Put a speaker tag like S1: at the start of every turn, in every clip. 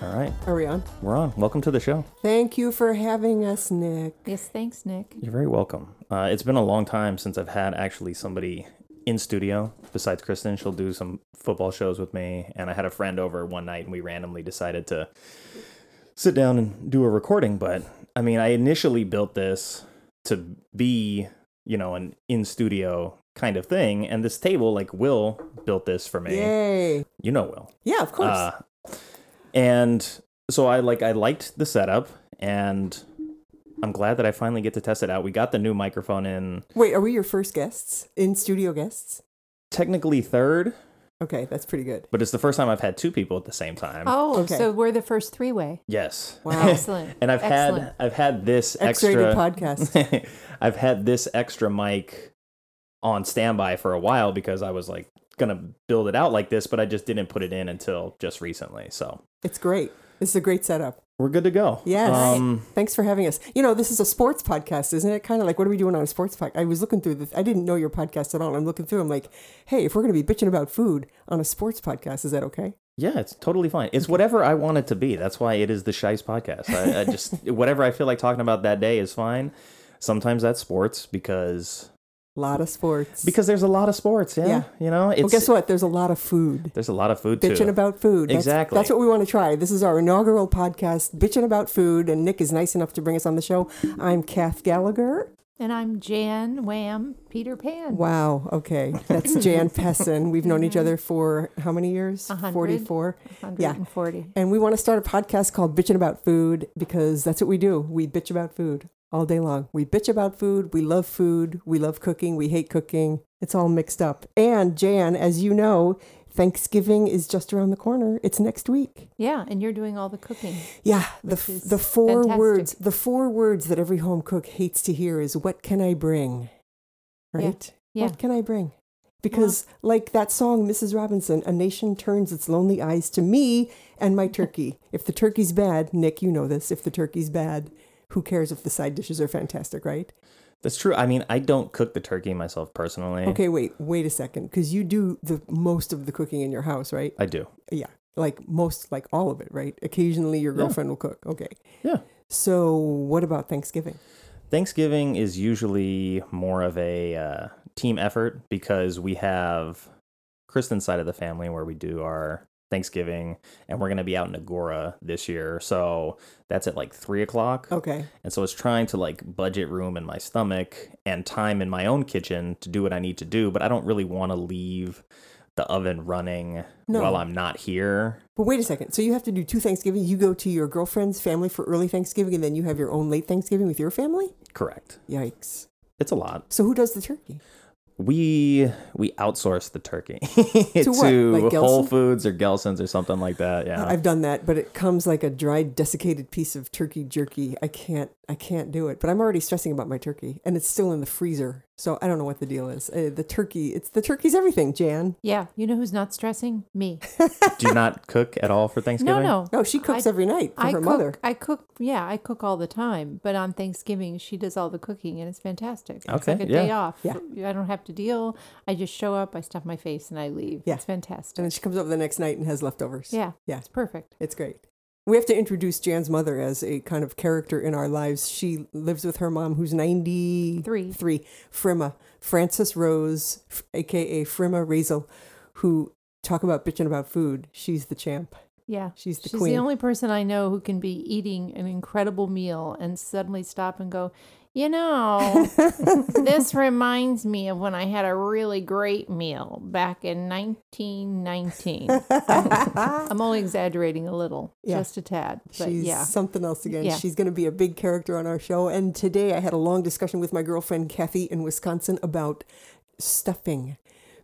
S1: Are we on?
S2: We're on. Welcome to the show.
S1: Thank you for having us, Nick.
S3: Yes, thanks, Nick.
S2: You're very welcome. Uh, it's been a long time since I've had actually somebody in studio besides Kristen. She'll do some football shows with me, and I had a friend over one night, and we randomly decided to sit down and do a recording. But I mean, I initially built this to be, you know, an in studio kind of thing, and this table, like Will built this for me.
S1: Yay.
S2: You know, Will.
S1: Yeah, of course.
S2: Uh, and so I like I liked the setup, and I'm glad that I finally get to test it out. We got the new microphone in,
S1: Wait, are we your first guests? In studio guests?
S2: technically third,
S1: Okay, that's pretty good.
S2: but it's the first time I've had two people at the same time.
S3: Oh,
S1: Okay.
S3: so we're the first three way.
S2: Yes.
S1: Wow.
S3: Excellent.
S2: And I've had
S3: Excellent.
S2: I've had this
S1: X-rated
S2: extra
S1: podcast.
S2: I've had this extra mic on standby for a while because I was like gonna build it out like this, but I just didn't put it in until just recently. So
S1: It's great. This is a great setup.
S2: we're good to go.
S1: Yes.
S2: Um,
S1: Thanks for having us. You know, this is a sports podcast, isn't it? Kind of like, what are we doing on a sports podcast? I was looking through this. I didn't know your podcast at all. I'm looking through. I'm like, hey, if we're going to be bitching about food on a sports podcast, is that okay?
S2: Yeah, it's totally fine. It's whatever I want it to be. That's why it is the Shice podcast. I, I just whatever I feel like talking about that day is fine. Sometimes that's sports because
S1: A lot of sports.
S2: because there's a lot of sports. Yeah,
S1: Yeah.
S2: you know, it's
S1: well, guess what? There's a lot of food.
S2: there's a lot of food
S1: bitching
S2: too.
S1: about food. That's-
S2: Exactly.
S1: That's, what we want to try. This is our inaugural podcast, bitching about food, and Nick is nice enough to bring us on the show. I'm Kath Gallagher.
S3: And I'm Jan Wham Peter Pan.
S1: Wow. Okay, that's Jan Pessin. We've known each other for how many years?
S3: A hundred.
S1: Forty-four. Yeah.
S3: 140.
S1: And we want to start a podcast called Bitching About Food because that's what we do. We bitch about food all day long. We bitch about food. We love food. We love cooking. We hate cooking. It's all mixed up. And Jan, as you know, Thanksgiving is just around the corner. It's next week.
S3: Yeah, and you're doing all the cooking.
S1: Yeah, the, f-
S3: is
S1: the four
S3: fantastic.
S1: words, the four words that every home cook hates to hear is what can I bring?
S3: Yeah,
S1: Right?
S3: yeah.
S1: What can I bring? Because like that song Mrs. Robinson, a nation turns its lonely eyes to me and my turkey. if the turkey's bad, Nick, you know this, if the turkey's bad, who cares if the side dishes are fantastic, right?
S2: That's true. I mean, I don't cook the turkey myself personally.
S1: Okay, wait, wait a second cuz you do the most of the cooking in your house, right?
S2: I do.
S1: Yeah. Like most like all of it, right? Occasionally your
S2: Yeah.
S1: girlfriend will cook. Okay.
S2: Yeah.
S1: So, what about Thanksgiving?
S2: Thanksgiving is usually more of a uh, team effort because we have Kristen's side of the family where we do our Thanksgiving, and we're going to be out in Agora this year. So that's at like three o'clock.
S1: Okay.
S2: And so it's trying to like budget room in my stomach and time in my own kitchen to do what I need to do, but I don't really want to leave the oven running
S1: No.
S2: while I'm not here.
S1: But wait a second. So you have to do two Thanksgivings. You go to your girlfriend's family for early Thanksgiving, and then you have your own late Thanksgiving with your family.
S2: Correct.
S1: Yikes!
S2: It's a lot.
S1: So who does the turkey?
S2: We we outsource the turkey
S1: To what? Like
S2: Whole
S1: Gelson's?
S2: Foods or Gelson's or something like that. Yeah.
S1: I've done that, but it comes like a dried, desiccated piece of turkey jerky. I can't, I can't do it. But I'm already stressing about my turkey, and it's still in the freezer. So I don't know what the deal is. Uh, the turkey, it's the turkey's everything. Jan.
S3: Yeah, you know who's not stressing? Me.
S2: do you not cook at all for
S3: No,
S2: Thanksgiving?
S3: no.
S1: No, she cooks
S3: I-
S1: every night Oh, for
S3: I
S1: her
S3: cook,
S1: mother.
S3: I cook, yeah, I cook all the time, but on Thanksgiving, she does all the cooking and it's fantastic. It's
S2: Okay,
S3: like a
S2: yeah.
S3: day off.
S1: Yeah.
S3: I don't have to deal. I just show up, I stuff my face, and I leave.
S1: Yeah.
S3: It's fantastic.
S1: And then she comes over the next night and has leftovers.
S3: yeah,
S1: Yeah.
S3: it's perfect.
S1: It's great. We have to introduce Jan's mother as a kind of character in our lives. She lives with her mom, who's 93.
S3: Three.
S1: Three. Frimma. Frances Rose, f- aka Frimma Razel, who talk about bitching about food. She's the champ.
S3: Yeah.
S1: She's the
S3: She's
S1: queen.
S3: the only person I know who can be eating an incredible meal and suddenly stop and go, you know, this reminds me of when I had a really great meal back in 1919. I'm only exaggerating a little,
S1: Yeah.
S3: just a tad. But
S1: She's
S3: yeah.
S1: something else again.
S3: Yeah.
S1: She's going to be a big character on our show. And today I had a long discussion with my girlfriend Kathy in Wisconsin about stuffing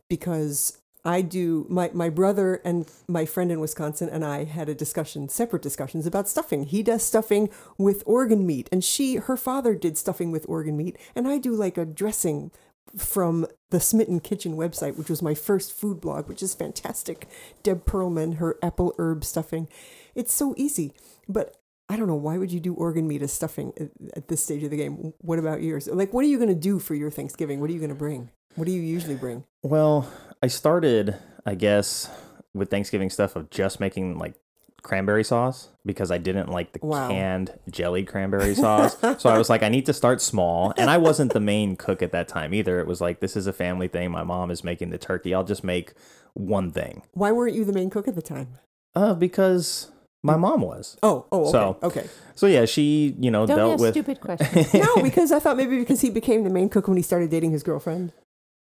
S1: because I do my my brother and my friend in Wisconsin and I had a discussion, separate discussions about stuffing. He does stuffing with organ meat and she her father did stuffing with organ meat and I do like a dressing from the Smitten Kitchen website, which was my first food blog, which is fantastic. Deb Perlman, her apple herb stuffing. It's so easy, but I don't know why would you do organ meat as stuffing uh, at- at this stage of the game? What about yours? Like, what are you going to do for your Thanksgiving? What are you going to bring? What do you usually bring?
S2: Well, I started, I guess, with Thanksgiving stuff of just making like cranberry sauce because I didn't like the
S1: Wow.
S2: canned jelly cranberry sauce. so I was like, I need to start small. And I wasn't the main cook at that time either. It was like, this is a family thing. My mom is making the turkey. I'll just make one thing.
S1: Why weren't you the main cook at the time?
S2: Uh, because my
S3: Mm.
S2: mom was.
S1: Oh, oh, okay.
S2: So-
S1: okay.
S2: So yeah, she, you know,
S3: Don't
S2: dealt
S3: ask
S2: with
S3: stupid questions.
S1: No, because I thought maybe because he became the main cook when he started dating his girlfriend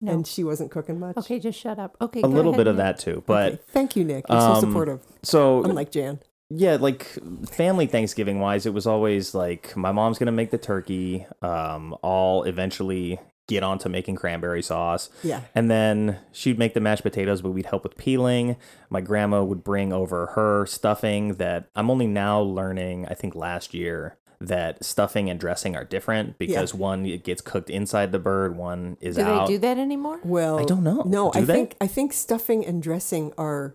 S3: No.
S1: and she wasn't cooking much.
S3: okay, just shut up. Okay,
S2: a
S3: go
S2: little
S3: ahead,
S2: bit of
S3: Nick.
S2: that too. But
S1: Okay. thank you, Nick. You're so
S2: um,
S1: supportive.
S2: so
S1: Unlike Jan.
S2: yeah, like family Thanksgiving wise, it was always like my mom's gonna make the turkey. Um, I'll eventually get on to making cranberry sauce.
S1: Yeah.
S2: And then she'd make the mashed potatoes, but we'd help with peeling. My grandma would bring over her stuffing that I'm only now learning, I think last year, that stuffing and dressing are different because one it gets cooked inside the bird, one is
S3: Do
S2: out.
S3: they do that anymore?
S1: Well,
S2: I don't know.
S1: No,
S2: Do
S1: I
S2: they?
S1: think I think stuffing and dressing are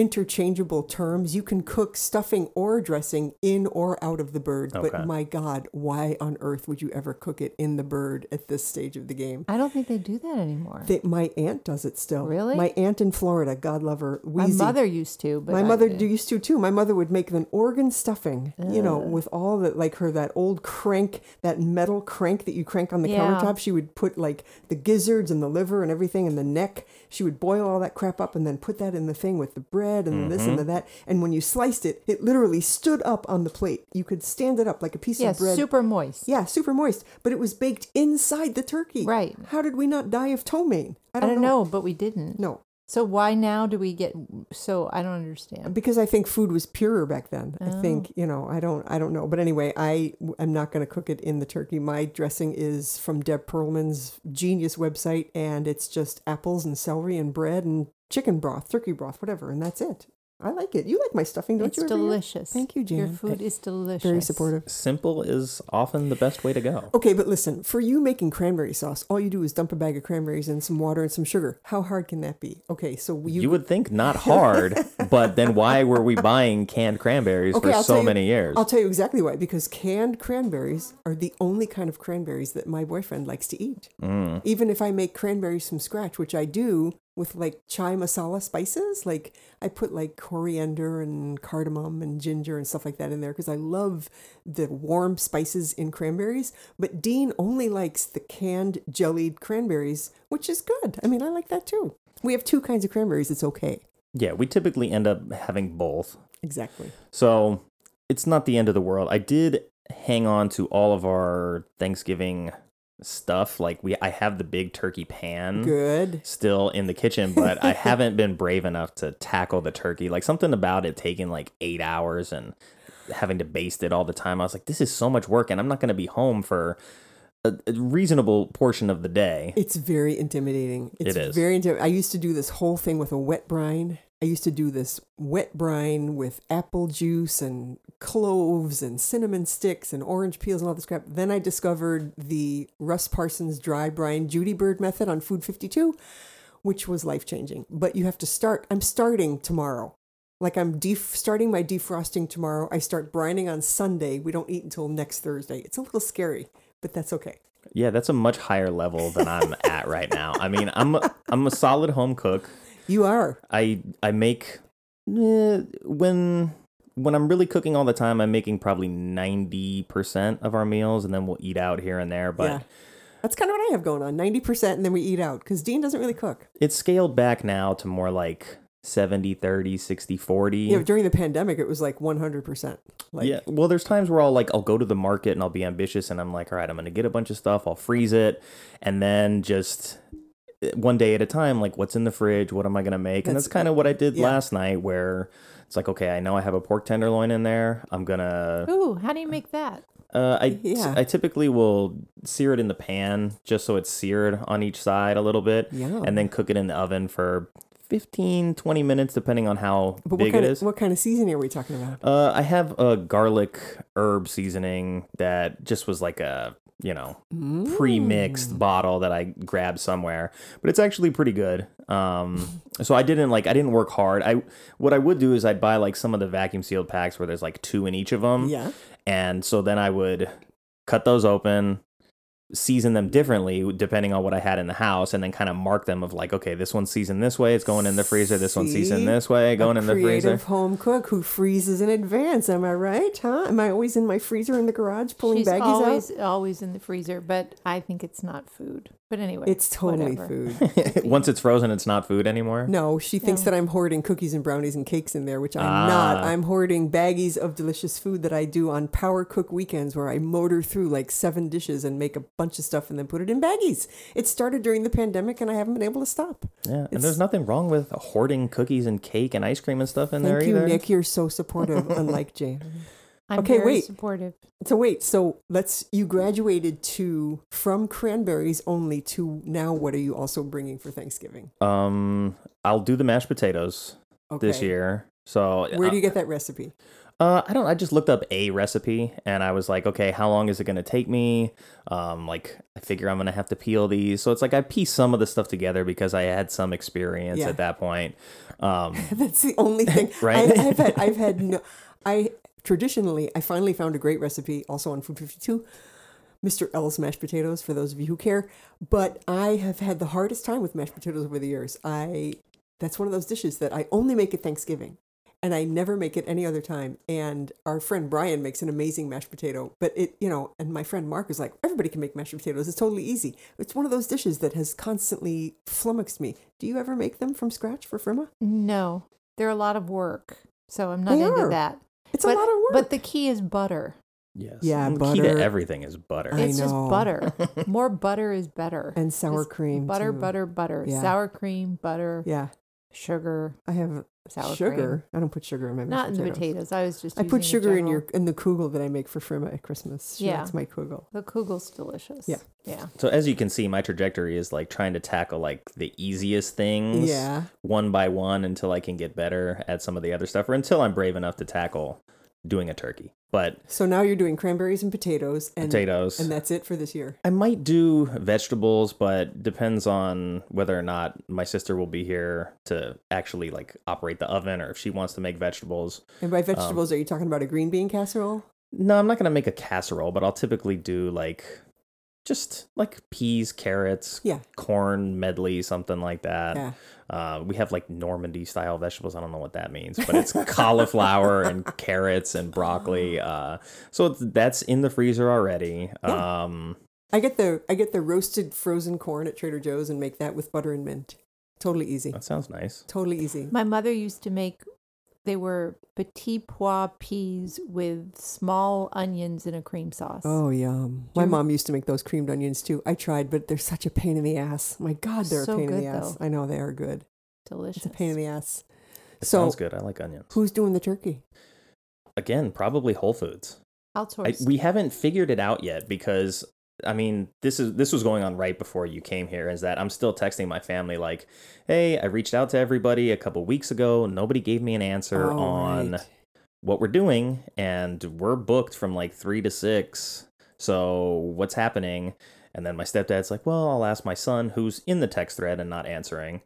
S1: interchangeable terms. You can cook stuffing or dressing in or out of the bird,
S2: Okay.
S1: but my god, why on earth would you ever cook it in the bird at this stage of the game?
S3: I don't think they do that anymore.
S1: That my aunt does it still.
S3: Really?
S1: My aunt in Florida, God love her,
S3: My
S1: Wheezy.
S3: mother used to, but
S1: My
S3: I
S1: mother
S3: didn't.
S1: used to too. My mother would make an organ stuffing, you know, with all the like her that old crank, that metal crank that you crank on the
S3: Yeah.
S1: countertop. She would put like the gizzards and the liver and everything and the neck. She would boil all that crap up and then put that in the thing with the bread and the this and the that. And when you sliced it, it literally stood up on the plate. You could stand it up like a piece
S3: Yeah,
S1: of bread.
S3: super moist.
S1: yeah, super moist, but it was baked inside the turkey.
S3: Right.
S1: How did we not die of ptomaine?
S3: I don't, know. but we didn't.
S1: No,
S3: So why now do we get? So I don't understand.
S1: because I think food was purer back then.
S3: Oh.
S1: I think you know I don't I don't know, but anyway, I am not going to cook it in the turkey. My dressing is from Deb Perlman's genius website, and it's just apples and celery and bread and chicken broth, turkey broth, whatever, and that's it. I like it. You like my stuffing, don't
S3: It's
S1: you? Riviera?
S3: delicious.
S1: Thank you, Jan.
S3: Your food is delicious.
S1: Very supportive.
S2: Simple is often the best way to go.
S1: Okay, but listen, for you making cranberry sauce, all you do is dump a bag of cranberries in some water and some sugar. How hard can that be? Okay, so you,
S2: You would think not hard, but then why were we buying canned cranberries for
S1: I'll
S2: so
S1: tell you-
S2: many years?
S1: I'll tell you exactly why. Because canned cranberries are the only kind of cranberries that my boyfriend likes to eat.
S2: Mm.
S1: Even if I make cranberries from scratch, which I do with like chai masala spices, like I put like coriander and cardamom and ginger and stuff like that in there because I love the warm spices in cranberries. But Dean only likes the canned jellied cranberries, which is good. I mean, I like that too. We have two kinds of cranberries. It's okay.
S2: Yeah, we typically end up having both.
S1: Exactly.
S2: So it's not the end of the world. I did hang on to all of our Thanksgiving stuff. Like we I have the big turkey pan
S1: Good.
S2: still in the kitchen, but I haven't been brave enough to tackle the turkey. Like something about it taking like eight hours and having to baste it all the time. I was like, this is so much work and I'm not gonna be home for a a reasonable portion of the day.
S1: It's very intimidating. It's
S2: is.
S1: very intimidating. I used to do this whole thing with a wet brine. I used to do this wet brine with apple juice and cloves and cinnamon sticks and orange peels and all this crap. Then I discovered the Russ Parsons dry brine Judy Bird method on Food 52, which was life changing. But you have to start. I'm starting tomorrow. Like I'm def- starting my defrosting tomorrow. I start brining on Sunday. We don't eat until next Thursday. It's a little scary, but that's okay.
S2: Yeah, that's a much higher level than I'm at right now. I mean, I'm a, I'm a solid home cook.
S1: You are.
S2: I I make eh, when when I'm really cooking all the time, I'm making probably ninety percent of our meals, and then we'll eat out here and there. But
S1: Yeah. That's kind of what I have going on 90%, and then we eat out because Dean doesn't really cook.
S2: it's scaled back now to more like 70 30 60 40
S1: You know, during the pandemic, it was like 100%. Like,
S2: yeah well there's times where i'll like i'll go to the market and i'll be ambitious and i'm like all right i'm gonna get a bunch of stuff i'll freeze it and then just eh, one day at a time like what's in the fridge what am i gonna make and
S1: That's-
S2: that's kind of what i did
S1: yeah.
S2: last night where it's like okay i know i have a pork tenderloin in there i'm gonna
S3: Ooh, how do you make that?
S2: uh, I t-
S1: Yeah.
S2: I typically will sear it in the pan just so it's seared on each side a little bit
S1: Yeah.
S2: and then cook it in the oven for 15 20 minutes depending on how
S1: But what
S2: big it
S1: kind, of,
S2: is.
S1: what kind of seasoning are we talking about?
S2: Uh, I have a garlic herb seasoning that just was like a, you know, pre-mixed bottle that I grabbed somewhere, but it's actually pretty good. Um, so I didn't like I didn't work hard. I what I would do is I'd buy like some of the vacuum sealed packs where
S1: Mm,
S2: there's like two in each of them.
S1: Yeah.
S2: And so then I would cut those open, season them differently depending on what I had in the house, and then kind of mark them of like, okay, this one's seasoned this way, it's going in the freezer. This one's
S1: See?
S2: seasoned this way, going in the freezer.
S1: Creative home cook who freezes in advance. Am I right? Huh? Am I always in my freezer in the garage pulling
S3: She's
S1: baggies out?
S3: always always in the freezer, but I think it's not food. But anyway,
S1: It's totally
S3: whatever.
S1: food.
S2: Once it's frozen, it's not food anymore.
S1: No, she thinks that I'm hoarding cookies and brownies and cakes in there, which I'm not.
S2: Ah.
S1: I'm hoarding baggies of delicious food that I do on power cook weekends where I motor through like seven dishes and make a bunch of stuff and then put it in baggies. It started during the pandemic and I haven't been able to stop.
S2: Yeah, and
S1: It's-
S2: there's nothing wrong with hoarding cookies and cake and ice cream and stuff in there
S1: Thank you,
S2: either.
S1: Nick. You're so supportive, unlike Jane.
S3: I'm
S1: Okay,
S3: very
S1: wait.
S3: supportive.
S1: So wait, so let's you graduated to from cranberries only to now what are you also bringing for Thanksgiving?
S2: Um, I'll do the mashed potatoes
S1: Okay.
S2: this year. So
S1: Where do you get that recipe?
S2: Uh, I don't. I just looked up a recipe, and I was like, okay, how long is it gonna take me? Um, like, I figure I'm gonna have to peel these. So it's like I pieced some of the stuff together because I had some experience
S1: Yeah.
S2: at that point. Um,
S1: That's the only thing.
S2: Right?
S1: I, I've had I've had no I traditionally I finally found a great recipe also on Food 52. Mr. L's mashed potatoes for those of you who care, but I have had the hardest time with mashed potatoes over the years. I that's one of those dishes that I only make at Thanksgiving and I never make it any other time. And our friend Brian makes an amazing mashed potato, but it, you know, and my friend Mark is like, everybody can make mashed potatoes. It's totally easy. It's one of those dishes that has constantly flummoxed me. Do you ever make them from scratch for Firma?
S3: No, they're a lot of work, so I'm not
S1: They
S3: into
S1: are.
S3: that.
S1: It's
S3: but,
S1: a lot of work.
S3: But the key is butter.
S2: yes.
S1: Yeah,
S2: The key to
S1: butter.
S2: everything is butter.
S1: I
S3: It's just
S1: know.
S3: butter. More butter is better.
S1: and sour
S3: Just
S1: cream.
S3: Butter,
S1: too.
S3: butter, butter.
S1: Yeah.
S3: Sour cream, butter,
S1: Yeah,
S3: sugar,
S1: I have
S3: sour
S1: sugar.
S3: cream.
S1: I don't put sugar in my mashed
S3: Not in
S1: potatoes.
S3: the potatoes. I was just.
S1: I put
S3: using the
S1: sugar in
S3: general-
S1: your in the kugel that I make for Firma at Christmas. She
S3: Yeah.
S1: likes my kugel.
S3: The kugel's delicious.
S1: Yeah.
S3: Yeah.
S2: so as you can see, my trajectory is like trying to tackle like the easiest things,
S1: Yeah.
S2: one by one, until I can get better at some of the other stuff, or until I'm brave enough to tackle doing a turkey. But
S1: So now you're doing cranberries and potatoes and
S2: potatoes.
S1: and that's it for this year.
S2: I might do vegetables, but depends on whether or not my sister will be here to actually like operate the oven or if she wants to make vegetables.
S1: And by vegetables, are you talking about a green bean casserole?
S2: No, I'm not going to make a casserole, but I'll typically do like just like peas, carrots,
S1: Yeah.
S2: corn medley, something like that.
S1: Yeah.
S2: Uh, we have like Normandy style vegetables. I don't know what that means, but it's cauliflower and carrots and broccoli.
S1: Ah.
S2: Uh, so it's- that's in the freezer already.
S1: Yeah.
S2: Um,
S1: I get the I get the roasted frozen corn at Trader Joe's and make that with butter and mint. Totally easy.
S2: that sounds nice.
S1: Totally easy.
S3: My mother used to make. They were petit pois peas with small onions in a cream sauce.
S1: Oh yum. My mom used to make those creamed onions too. I tried, but they're such a pain in the ass. My God, they're
S3: So
S1: a pain in
S3: good,
S1: the ass.
S3: though.
S1: I know they are good.
S3: delicious.
S1: It's a pain in the ass.
S2: It
S1: So-
S2: sounds good. I like onions.
S1: Who's doing the turkey?
S2: again, probably Whole Foods. I,
S3: Outsourced.
S2: we haven't figured it out yet because I mean, this is this was going on right before you came here. Is that I'm still texting my family like, "Hey, I reached out to everybody a couple weeks ago. Nobody gave me an answer
S1: Oh,
S2: on
S1: right.
S2: what we're doing, and we're booked from like three to six. So what's happening?" And then my stepdad's like, "Well, I'll ask my son, who's in the text thread and not answering."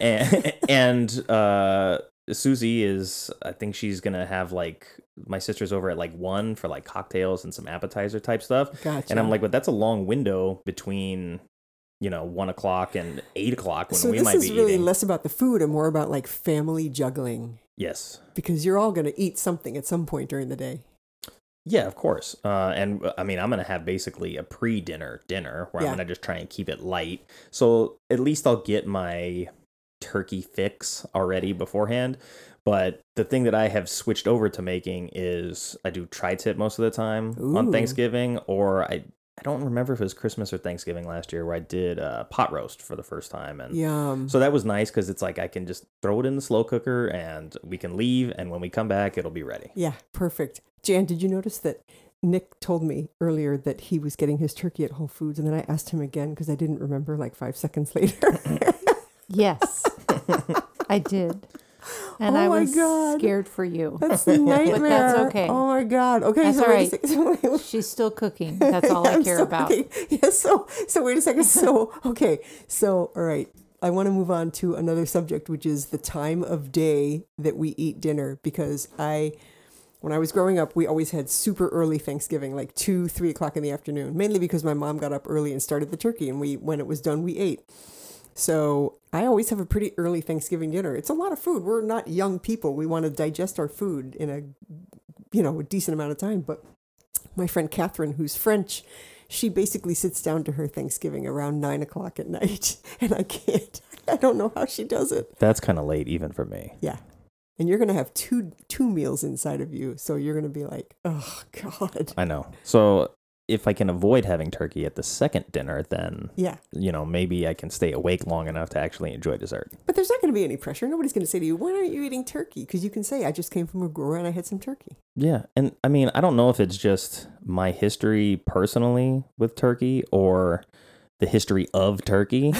S2: and and uh, Susie is, I think she's gonna have like my sister's over at like one for like cocktails and some appetizer type stuff.
S1: Gotcha.
S2: And I'm like, but that's a long window between, you know, one o'clock and eight o'clock when
S1: so
S2: we
S1: this
S2: might
S1: is
S2: be
S1: really
S2: eating.
S1: less about the food and more about like family juggling
S2: yes.
S1: because you're all going to eat something at some point during the day.
S2: Yeah, of course. Uh, and uh, I mean, I'm going to have basically a pre dinner dinner where
S1: Yeah.
S2: I'm going to just try and keep it light. So at least I'll get my turkey fix already beforehand. But the thing that I have switched over to making is I do tri tip most of the time
S1: Ooh.
S2: on Thanksgiving, or I, I don't remember if it was Christmas or Thanksgiving last year where I did uh, pot roast for the first time. And
S1: Yum.
S2: so that was nice because it's like I can just throw it in the slow cooker and we can leave. And when we come back, it'll be ready.
S1: Yeah, perfect. Jan, did you notice that Nick told me earlier that he was getting his turkey at Whole Foods, and then I asked him again because I didn't remember like five seconds later.
S3: yes, I did, and
S1: Oh
S3: I
S1: my
S3: was
S1: God.
S3: scared for you.
S1: That's a nightmare.
S3: okay.
S1: Oh my god. Okay,
S3: That's
S1: so
S3: all
S1: wait
S3: right.
S1: a second. So wait-
S3: She's still cooking. That's all I
S1: I'm
S3: care
S1: still
S3: about.
S1: thinking. Yeah, so so wait a second. So okay. So all right. I want to move on to another subject, which is the time of day that we eat dinner, because I When I was growing up, we always had super early Thanksgiving, like two, three o'clock in the afternoon, mainly because my mom got up early and started the turkey, and we, when it was done, we ate. So I always have a pretty early Thanksgiving dinner. It's a lot of food. We're not young people. We want to digest our food in a, you know, a decent amount of time. But my friend Catherine, who's French, she basically sits down to her Thanksgiving around nine o'clock at night, and I can't. I don't know how she does it.
S2: That's kind of late even for me.
S1: Yeah. And you're gonna have two two meals inside of you, so you're gonna be like, oh god.
S2: I know. So if I can avoid having turkey at the second dinner, then
S1: Yeah.
S2: you know maybe I can stay awake long enough to actually enjoy dessert.
S1: But there's not gonna be any pressure. Nobody's gonna say to you, why aren't you eating turkey? Because you can say, I just came from Aurora and I had some turkey.
S2: Yeah, and I mean, I don't know if it's just my history personally with turkey or the history of turkey,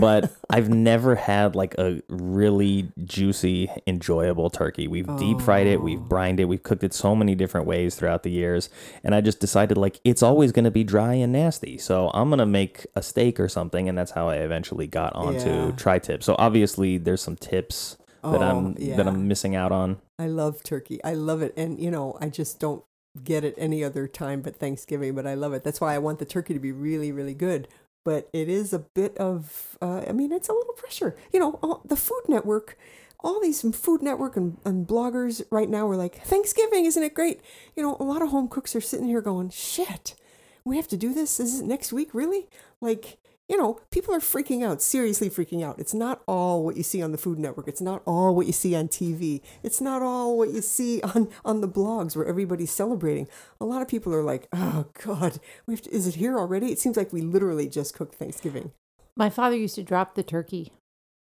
S2: but I've never had like a really juicy, enjoyable turkey. We've deep fried it, we've brined it, we've cooked it so many different ways throughout the years, and I just decided like it's always going to be dry and nasty. So I'm going to make a steak or something, and that's how I eventually got onto
S1: Yeah.
S2: tri-tip. So obviously there's some tips
S1: Oh,
S2: that I'm that I'm missing out on.
S1: I love turkey. I love it. And, you know, I just don't get it any other time but Thanksgiving, but I love it. That's why I want the turkey to be really, really good. But it is a bit of, uh, I mean, it's a little pressure. You know, all, the Food Network, all these Food Network and, and bloggers right now are like, Thanksgiving, isn't it great? You know, a lot of home cooks are sitting here going, shit, we have to do this? Is it next week? Really? Like, you know, people are freaking out, seriously freaking out. It's not all what you see on the Food Network. It's not all what you see on TV. It's not all what you see on, on the blogs where everybody's celebrating. A lot of people are like, oh, God, we have to, is it here already? It seems like we literally just cooked Thanksgiving.
S3: My father used to drop the turkey.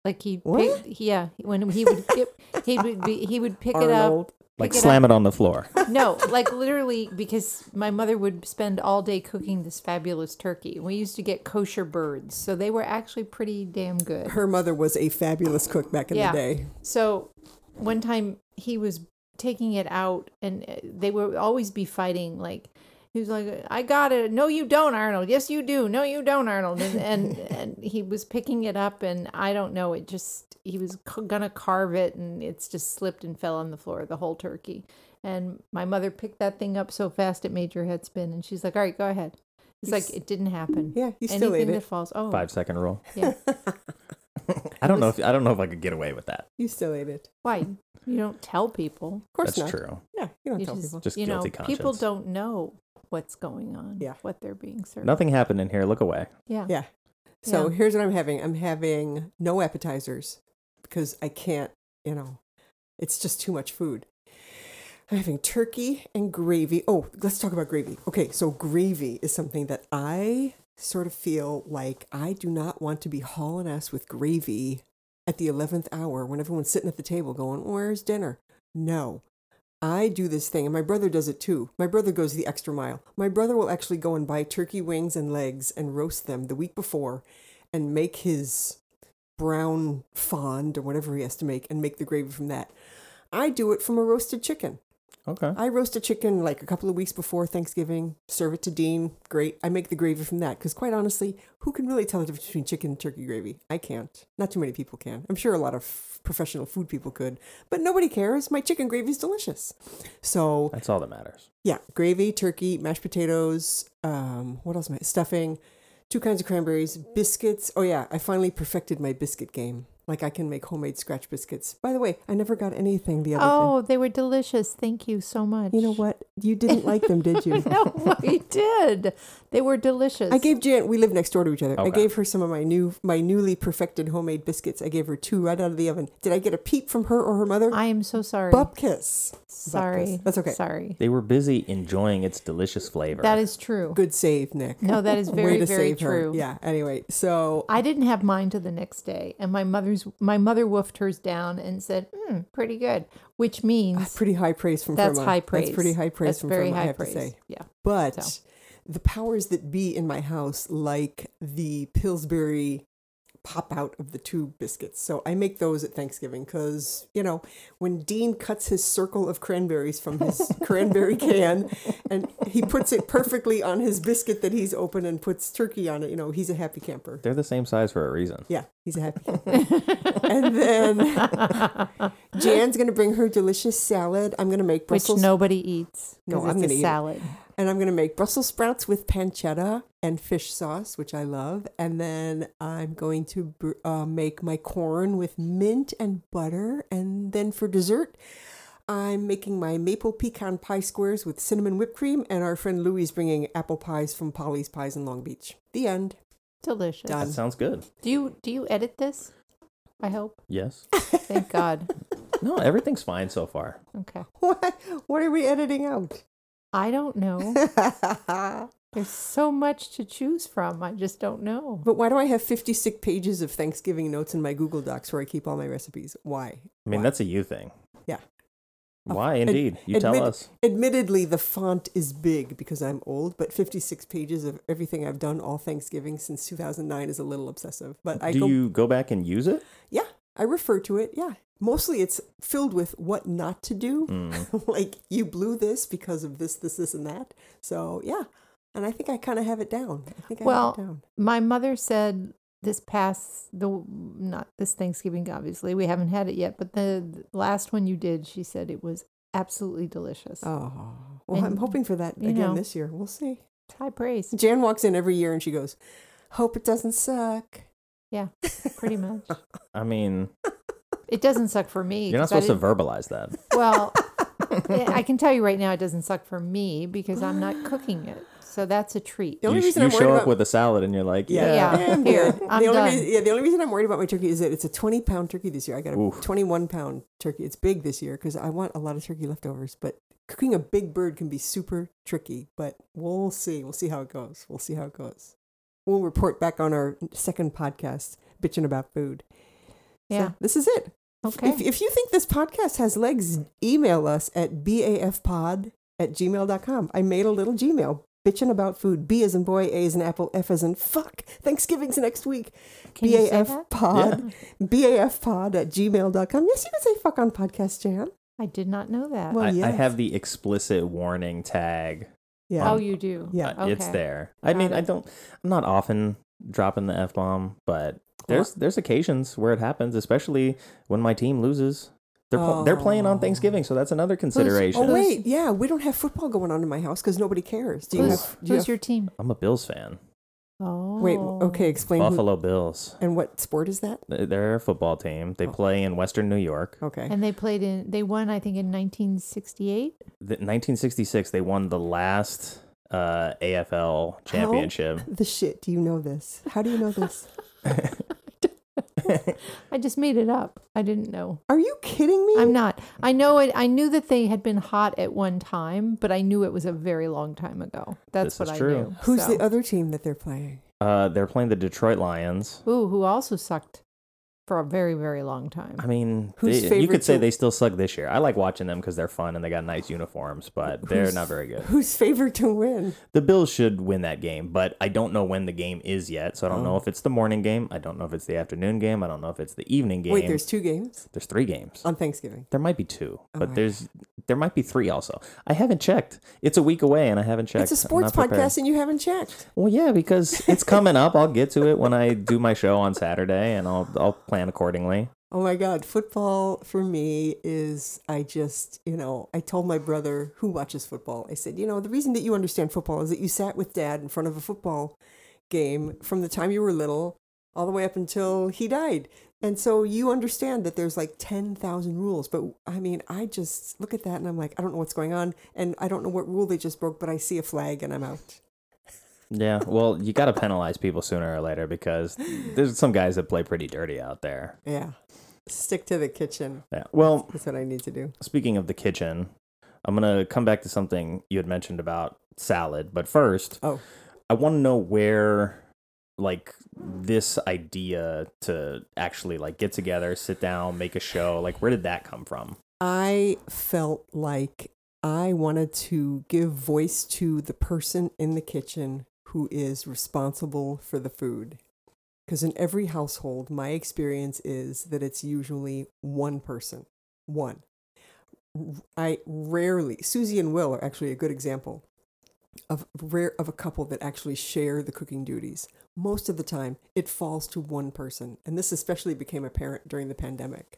S3: Like he
S1: What?
S3: picked, yeah, when he would get, he would be, he would pick it up
S1: Arnold.
S2: Like
S3: Pick it
S2: slam it on the floor.
S1: Oh.
S3: no, like literally, because my mother would spend all day cooking this fabulous turkey. We used to get kosher birds, so they were actually pretty damn good.
S1: Her mother was a fabulous cook back in
S3: Yeah.
S1: the day.
S3: So one time he was taking it out, and uh, they would always be fighting. Like he was like, "I got it." No, you don't, Arnold. Yes, you do. No, you don't, Arnold. And and, and he was picking it up, and I don't know. It just he was c- gonna carve it, and it's just slipped and fell on the floor. The whole turkey. And my mother picked that thing up so fast it made your head spin, and she's like, "All right, go ahead." It's
S1: You
S3: like
S1: s-
S3: it didn't happen.
S1: Yeah, you
S3: Anything
S1: still ate
S3: that
S1: it.
S3: falls. Oh,
S2: Five second rule.
S3: yeah.
S2: I don't know if I don't know if I could get away with that.
S1: You still ate it.
S3: Why? You don't tell people.
S1: Of course
S2: That's
S1: not.
S2: true.
S1: Yeah, you don't
S3: You
S1: tell
S3: just-
S1: people.
S2: Just
S3: you know,
S2: guilty conscience.
S3: people don't know what's going on.
S1: Yeah.
S3: what they're being served.
S2: Nothing happened in here. Look away.
S3: Yeah.
S1: Yeah. So
S3: Yeah.
S1: here's what I'm having. I'm having no appetizers because I can't, you know, it's just too much food. I'm having turkey and gravy. Oh, let's talk about gravy. Okay, so gravy is something that I sort of feel like I do not want to be hauling ass with gravy at the 11th hour when everyone's sitting at the table going, Where's dinner? No. I do this thing, and my brother does it too. My brother goes the extra mile. My brother will actually go and buy turkey wings and legs and roast them the week before and make his brown fond or whatever he has to make and make the gravy from that. I do it from a roasted chicken.
S2: Okay.
S1: I roast a chicken like a couple of weeks before Thanksgiving, serve it to Dean. Great. I make the gravy from that because, quite honestly, who can really tell the difference between chicken and turkey gravy? I can't. Not too many people can. I'm sure a lot of f- professional food people could, but nobody cares. My chicken gravy is delicious. So,
S2: That's all that matters.
S1: yeah, gravy, turkey, mashed potatoes. Um, what else am I? Stuffing, two kinds of cranberries, biscuits. Oh, yeah, I finally perfected my biscuit game. Like, I can make homemade scratch biscuits. By the way, I never got anything the other day.
S3: Oh, they were delicious. Thank you so much.
S1: You know what? You didn't like them, did you?
S3: no, we did. They were delicious.
S1: I gave Jan. We live next door to each other. I
S2: Okay.
S1: gave her some of my new, my newly perfected homemade biscuits. I gave her two right out of the oven. Did I get a peep from her or her mother?
S3: I am so sorry.
S1: Bup kiss.
S3: sorry.
S1: That's okay.
S3: Sorry.
S2: They were busy enjoying its delicious flavor.
S3: That is true.
S1: Good save, Nick.
S3: No, that is very,
S1: Way to
S3: very
S1: save her.
S3: true.
S1: Yeah. Anyway, so
S3: I didn't have mine till the next day, and my mother's my mother woofed hers down and said, mm, "Pretty good," which
S1: ah,
S3: means
S1: pretty high praise from
S3: that's
S1: Firma.
S3: high praise.
S1: That's pretty high praise
S3: That's
S1: from
S3: very
S1: Firma,
S3: high
S1: I have
S3: praise.
S1: to say.
S3: Yeah.
S1: But
S3: So.
S1: the powers that be in my house like the Pillsbury pop out of the tube biscuits. So I make those at Thanksgiving because, you know, when Dean cuts his circle of cranberries from his cranberry can and he puts it perfectly on his biscuit that he's opened and puts turkey on it, you know, he's a happy camper.
S2: They're the same size for a reason.
S1: Yeah, he's a happy camper. and then Jan's going to bring her delicious salad. I'm going to make
S3: Which
S1: Brussels
S3: nobody eats.
S1: No,
S3: 'cause
S1: I'm
S3: it's
S1: gonna
S3: a
S1: eat it.
S3: salad.
S1: and I'm going to make Brussels sprouts with pancetta and fish sauce, which I love. And then I'm going to br- uh, make my corn with mint and butter. And then for dessert, I'm making my maple pecan pie squares with cinnamon whipped cream. And our friend Louis is bringing apple pies from Polly's Pies in Long Beach. The end.
S3: Delicious.
S1: Done.
S2: That sounds good.
S3: Do you do you edit this? I hope.
S2: Yes.
S3: Thank God.
S2: No, everything's fine so far.
S3: Okay.
S1: What, what are we editing out?
S3: I don't know.
S1: but
S3: There's so much to choose from. I just don't know.
S1: why do I have 56 pages of Thanksgiving notes in my Google Docs where I keep all my recipes? Why?
S2: I mean,
S1: Why?
S2: that's a you thing.
S1: Yeah.
S2: Why, indeed? You tell
S1: admit-
S2: us.
S1: Admittedly, the font is big because I'm old, but 56 pages of everything I've done all Thanksgiving since 2009 is a little obsessive. But I
S2: Do
S1: go,
S2: you go back and use it?
S1: yeah, I refer to it. Yeah, mostly it's filled with what not to do.
S2: Mm.
S1: like you blew this because of this, this, this, and that. So yeah, and I think I kind of have it down. I think I
S3: Well,
S1: have it down.
S3: My mother said this past the not this Thanksgiving obviously. We haven't had it yet, but the last one you did, she said it was absolutely delicious.
S1: Oh, well, I'm
S3: and,
S1: hoping for that
S3: you
S1: again
S3: know.
S1: this year. We'll see.
S3: It's high praise.
S1: Jan walks in every year and she goes, "Hope it doesn't suck."
S3: Yeah, pretty much.
S2: I mean,
S3: It doesn't suck for me.
S2: you're not
S3: 'cause I
S2: supposed to
S1: e-
S2: verbalize that.
S3: didn't- Well, I I can tell you right now, it doesn't suck for me because I'm not cooking it. So that's a treat.
S1: The only
S2: you
S1: reason
S2: you
S1: I'm worried
S2: show up
S1: about
S2: with a salad and you're like, yeah.
S3: Yeah.
S1: I'm
S3: Here,
S1: good.
S3: I'm
S1: the only
S3: done.
S1: reason, yeah, the only reason I'm worried about my turkey is that it's a 20 pound turkey this year. I got a
S2: Oof.
S1: 21 pound turkey. It's big this year because I want a lot of turkey leftovers. But cooking a big bird can be super tricky. But we'll see. We'll see how it goes. We'll see how it goes. We'll report back on our second podcast, bitching about food. So
S3: Yeah.
S1: this is it.
S3: Okay.
S1: If, if you think this podcast has legs, email us at bafpod at gmail.com. I made a little Gmail bitching about food. B as in boy, A as in apple, F as in fuck. Thanksgiving's next week.
S3: Can you say that?
S1: BAFpod, BAFpod at gmail.com. Yes, you can say fuck on podcast jam.
S3: I did not know that.
S1: Well,
S2: I, I
S1: Oh, yes.
S2: have the explicit warning tag.
S1: Yeah.
S3: oh, you do.
S1: yeah.
S2: Uh, It's
S3: Okay.
S2: there. I
S3: Got
S2: mean, I
S3: it.
S2: don't, I'm not often dropping the F bomb, but there's there's occasions where it happens, especially when my team loses. They're, pl- they're playing on
S1: Oh.
S2: Themksgiving, so that's another consideration.
S1: Oh, wait. Yeah, we don't have football going on in my house because nobody cares. Do you
S2: Who's-
S1: have. Do you
S3: Who's
S1: have-
S3: your team?
S2: I'm a Bills fan.
S3: Oh.
S1: wait, okay, explain. who-
S2: Buffalo Bills.
S1: and what sport is that?
S2: They- They're a football team. They
S1: Oh.
S2: play in Western New York.
S1: Okay.
S3: And they played in, they won, I think, in 1968.
S2: The- 1966, they won the last uh, AFL championship.
S1: The shit. Do you know this? How do you know this?
S3: I just made it up. I didn't know.
S1: Are you kidding me?
S3: I'm not. I know it. I knew that they had been hot at one time, but I knew it was a very long time ago. That's
S2: This is
S3: what I
S2: true.
S3: knew.
S1: Who's
S3: so.
S1: the other team that they're playing?
S2: Uh, they're playing the Detroit Lions.
S3: Ooh, who also sucked for a very, very long time.
S2: I mean,
S1: Who's
S2: they- you
S1: favorite
S2: could say
S1: to-
S2: they still suck this year. I like watching them because they're fun and they got nice uniforms, but they're
S1: Who's-
S2: not very good.
S1: Who's favored to win?
S2: The Bills should win that game, but I don't know when the game is yet. So I don't know
S1: Oh.
S2: if it's the morning game. I don't know if it's the afternoon game. I don't know if it's the evening game.
S1: Wait, there's two games
S2: There's three games.
S1: on Thanksgiving.
S2: There might be two,
S1: Oh,
S2: but
S1: I-
S2: there's there might be three also. I haven't checked. It's a week away, and I haven't checked.
S1: It's a
S2: I'm
S1: sports
S2: not prepared.
S1: podcast, and you haven't checked.
S2: Well, yeah, because it's coming up. I'll get to it when I do my show on Saturday, and I'll I'll plan accordingly.
S1: Oh my God, football for me is I just, you know, I told my brother who watches football, I said, you know, the reason that you understand football is that you sat with dad in front of a football game from the time you were little all the way up until he died. And so you understand that there's like 10,000 rules. But I mean, I just look at that and I'm like, I don't know what's going on. And I don't know what rule they just broke, but I see a flag and I'm out.
S2: Yeah. Well, you got to penalize people sooner or later because there's some guys that play pretty dirty out there.
S1: Yeah. Stick to the kitchen.
S2: Yeah. Well,
S1: That's what I need to do.
S2: speaking of the kitchen, I'm gonna come back to something you had mentioned about salad, but first,
S1: Oh.
S2: I want to know where like this idea to actually like get together, sit down, make a show, like where did that come from?
S1: I felt like I wanted to give voice to the person in the kitchen who is responsible for the food. Because in every household, my experience is that it's usually one person, one. I rarely, Susie and Will are actually a good example of rare of a couple that actually share the cooking duties. Most of the time, it falls to one person, and this especially became apparent during the pandemic,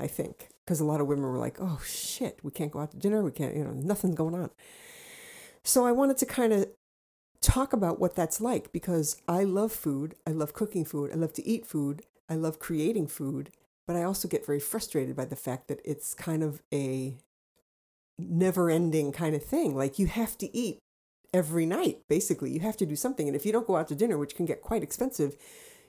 S1: I think, because a lot of women were like, "Oh shit, we can't go out to dinner. We can't, you know, nothing's going on." So I wanted to kind of talk about what that's like because I love food. I love cooking food. I love to eat food. I love creating food, but I also get very frustrated by the fact that it's kind of a never-ending kind of thing. Like you have to eat every night basically you have to do something and if you don't go out to dinner which can get quite expensive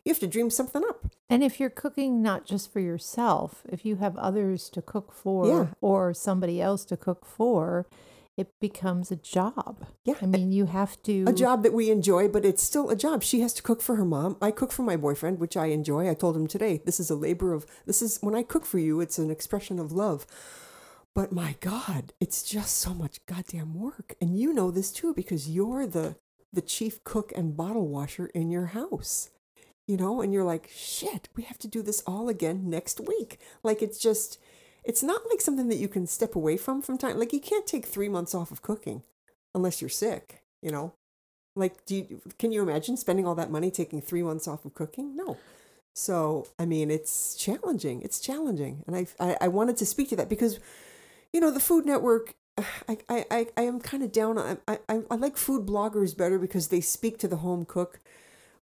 S1: you have to dream something up
S3: And if you're cooking not just for yourself, if you have others to cook for
S1: Yeah.
S3: or somebody else to cook for, it becomes a job.
S1: Yeah,
S3: I mean, you have to
S1: a job that we enjoy but it's still a job she has to cook for her mom i cook for my boyfriend which i enjoy i told him today this is a labor of this is when i cook for you it's an expression of love but my god it's just so much goddamn work and you know this too because you're the the chief cook and bottle washer in your house you know and you're like shit we have to do this all again next week like it's just it's not like something that you can step away from from time like you can't take 3 months off of cooking unless you're sick you know like do you, can you imagine spending all that money taking 3 months off of cooking no so i mean it's challenging it's challenging and i i, I wanted to speak to that because you know the food network I, I, I, I am kind of down. on- I, I, I like food bloggers better because they speak to the home cook.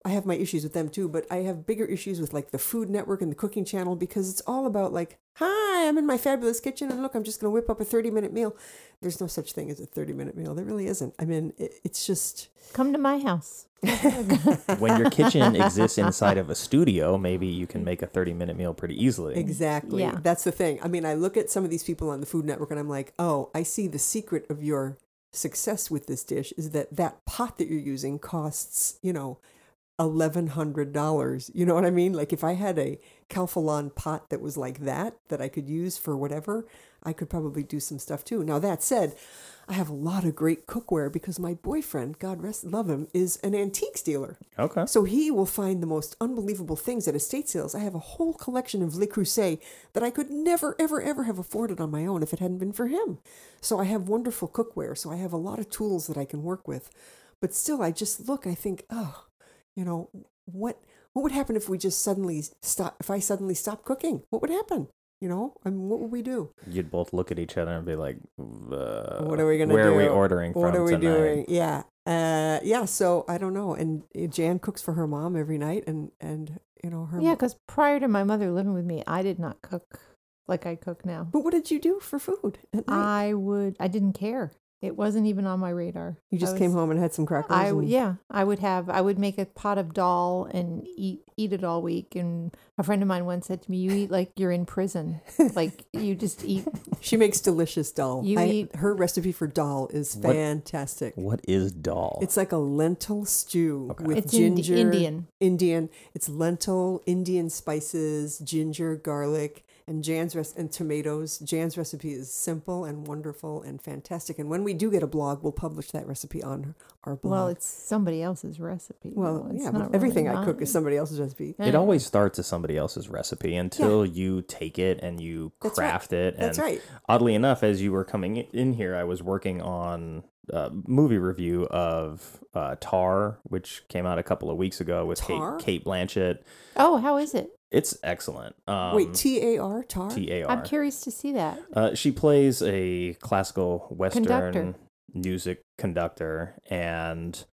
S1: I have my issues with them too, but I have bigger issues with like the Food Network and the Cooking Channel because it's all about like, hi, I'm in my fabulous kitchen and look, I'm just going to whip up a 30 minute meal. There's no such thing as a 30 minute meal. There really isn't. I mean, it, it's just,
S3: come to my house.
S2: when your kitchen exists inside of a studio, maybe you can make a 30 minute meal pretty easily.
S1: Exactly.
S3: Yeah.
S1: That's the thing. I mean, I look at some of these people on the Food Network and I'm like, oh, I see the secret of your success with this dish is that that pot that you're using costs, you know, $1,100. You know what I mean? Like if I had a Calphalon pot that was like that, that I could use for whatever, I could probably do some stuff too. Now, that said, I have a lot of great cookware because my boyfriend, God rest love him, is an antiques dealer.
S2: Okay.
S1: So he will find the most unbelievable things at estate sales. I have a whole collection of Le Creuset that I could never, ever, ever have afforded on my own if it hadn't been for him. So I have wonderful cookware. So I have a lot of tools that I can work with. But still, I just look, I think, oh, you know, what what would happen if we just suddenly stop if I suddenly stopped cooking? What would happen? You know, I mean, what would we do?
S2: You'd both look at each other and be like, uh,
S1: what are we gonna
S2: Where
S1: do?
S2: are we ordering
S1: what
S2: from
S1: are we
S2: tonight?
S1: doing yeah uh yeah so i don't know and uh, jan cooks for her mom every night and and you know her
S3: Yeah,
S1: mo-
S3: because prior to my mother living with me, I did not cook like I cook now.
S1: but what did you do for food at night?
S3: I would, I didn't care. It wasn't even on my radar.
S1: you just
S3: I
S1: came
S3: was-
S1: home and had some crackers
S3: I
S1: and-
S3: yeah, I would have I would make a pot of dal and eat eat it all week. And a friend of mine once said to me, "You eat like you're in prison. Like you just eat."
S1: she makes delicious dal
S3: You
S1: I-
S3: eat-
S1: her recipe for dal is
S2: What-
S1: fantastic
S2: What is doll?
S1: it's like a lentil stew
S2: Okay.
S1: with
S3: It's Indi-
S1: ginger
S3: Indian.
S1: Indian. It's lentil, Indian spices, ginger, garlic, and Jan's rec- and tomatoes. Jan's recipe is simple and wonderful and fantastic. And when we do get a blog, we'll publish that recipe on our blog.
S3: Well, it's somebody else's recipe.
S1: well,
S3: though. It's
S1: yeah, but
S3: not
S1: everything
S3: really
S1: I cook is
S3: mine.
S1: somebody else's recipe.
S2: it always starts as somebody else's recipe until you take it and you
S1: That's right.
S2: craft it.
S1: That's
S2: and
S1: right.
S2: oddly enough, as you were coming i- in here, I was working on a movie review of uh, Tar, which came out a couple of weeks ago with
S1: Tar?
S2: Kate, Kate Blanchett.
S3: Oh, how is it?
S2: It's excellent. Um,
S1: Wait, T A R tar.
S2: T A
S3: I'm
S2: R.
S3: curious to see that.
S2: Uh, she plays a classical Western
S3: Conductor.
S2: music conductor, and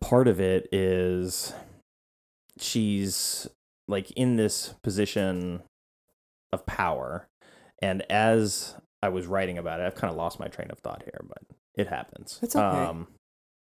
S2: part of it is she's like in this position of power. And as I was writing about it, I've kind of lost my train of thought here, but it happens. Um,
S1: That's okay.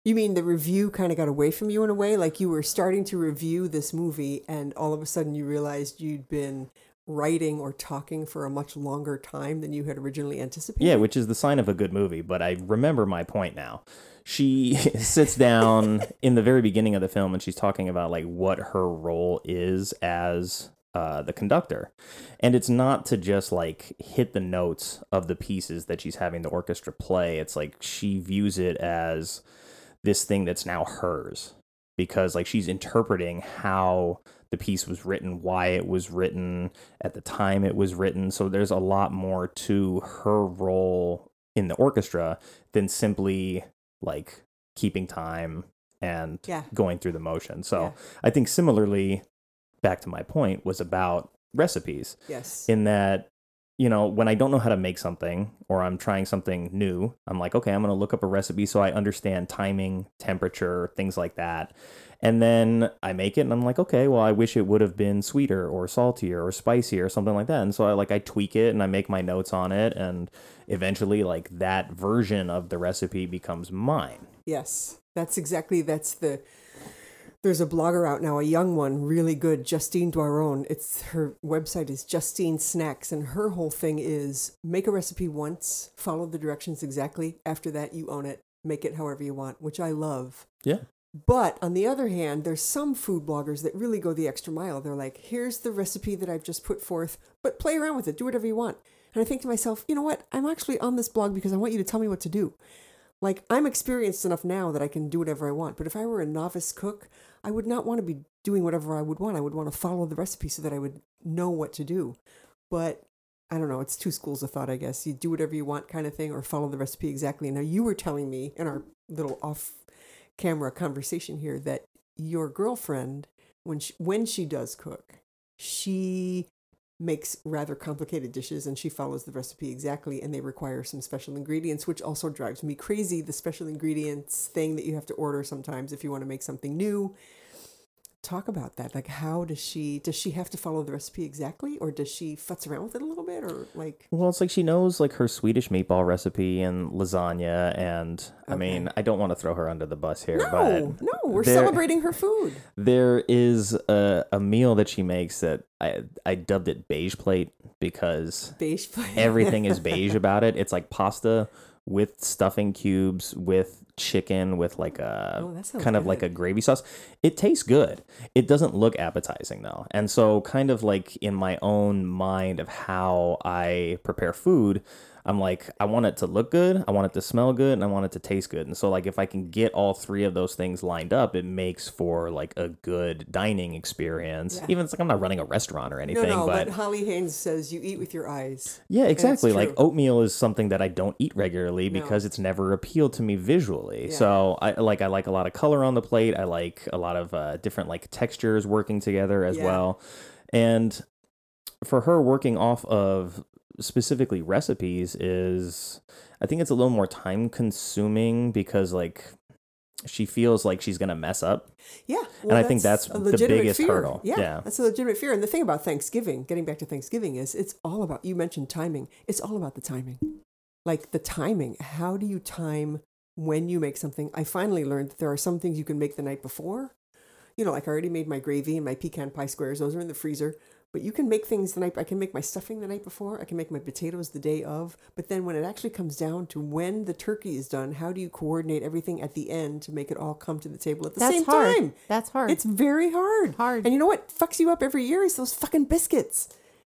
S1: You mean the review kind of got away from you in a way? Like you were starting to review this movie, and all of a sudden you realized you'd been writing or talking for a much longer time than you had originally anticipated.
S2: Yeah, which is the sign of a good movie, but I remember my point now. She sits down in the very beginning of the film and she's talking about like what her role is as uh, the conductor. And it's not to just like hit the notes of the pieces that she's having the orchestra play. It's like she views it as this thing that's now hers because like she's interpreting how the piece was written, why it was written, at the time it was written. So there's a lot more to her role in the orchestra than simply like keeping time and
S1: Yeah.
S2: going through the motion. So
S1: Yeah.
S2: I think similarly, back to my point, was about recipes
S1: Yes.
S2: in that you know when i don't know how to make something or i'm trying something new i'm like okay i'm going to look up a recipe so i understand timing temperature things like that and then i make it and i'm like okay well i wish it would have been sweeter or saltier or spicier or something like that and so i like i tweak it and i make my notes on it and eventually like that version of the recipe becomes mine
S1: Yes, that's exactly that's the. There's a blogger out now, a young one, really good, Justine Doiron. It's her website is Justine Snacks, and her whole thing is make a recipe once, follow the directions exactly. After that, you own it. Make it however you want, which I love.
S2: yeah
S1: But on the other hand, there's some food bloggers that really go the extra mile. They're like, here's the recipe that I've just put forth, but play around with it, do whatever you want. And I think to myself, you know what? I'm actually on this blog because I want you to tell me what to do. Like, I'm experienced enough now that I can do whatever I want. But if I were a novice cook, I would not want to be doing whatever I would want. I would want to follow the recipe so that I would know what to do. But I don't know, it's two schools of thought, I guess. You do whatever you want kind of thing or follow the recipe exactly. Now, you were telling me in our little off camera conversation here that your girlfriend, when she, when she does cook, she makes rather complicated dishes and she follows the recipe exactly and they require some special ingredients which also drives me crazy the special ingredients thing that you have to order sometimes if you want to make something new talk about that like how does she does she have to follow the recipe exactly or does she futz around with it a little bit or like
S2: Well, it's like she knows like her Swedish meatball recipe and lasagna, and I mean, I don't want to throw her under the bus here,
S1: no
S2: but
S1: no we're
S2: there-
S1: celebrating her food
S2: there is a, a meal that she makes that I I dubbed it beige plate because
S1: beige plate.
S2: everything is beige about it. It's like pasta with stuffing cubes, with chicken, with like a
S1: Oh, that sounds
S2: kind of like a
S1: good.
S2: gravy sauce. It tastes good. It doesn't look appetizing though. And so, kind of like in my own mind of how I prepare food, I'm like, I want it to look good, I want it to smell good, and I want it to taste good. And so, like, if I can get all three of those things lined up, it makes for like a good dining experience. Even it's like I'm not running a restaurant or
S1: no
S2: anything,
S1: no
S2: but
S1: but holly haynes says you eat with your eyes
S2: yeah, exactly. Like
S1: true.
S2: oatmeal is something that I don't eat regularly because it's never appealed to me visually. So I like I like a lot of color on the plate. I like a lot of uh, different like textures working together as
S1: Yeah.
S2: well. And for her working off of specifically recipes is I think it's a little more time consuming because like she feels like she's going to mess up.
S1: Yeah, well,
S2: I think that's
S1: a
S2: the
S1: legitimate
S2: biggest
S1: fear.
S2: hurdle.
S1: Yeah,
S2: Yeah.
S1: that's a legitimate fear. And the thing about Thanksgiving, getting back to Thanksgiving, is it's all about. You mentioned timing. It's all about the timing, like the timing. How do you time when you make something? I finally learned that there are some things you can make the night before. You know, like I already made my gravy and my pecan pie squares; those are in the freezer. But you can make things the night. I can make my stuffing the night before. I can make my potatoes the day of. But then when it actually comes down to when the turkey is done, how do you coordinate everything at the end to make it all come to the table at the
S3: That's
S1: same
S3: hard.
S1: time?
S3: That's hard.
S1: It's very hard.
S3: Hard.
S1: And you know what fucks you up every year is those fucking biscuits.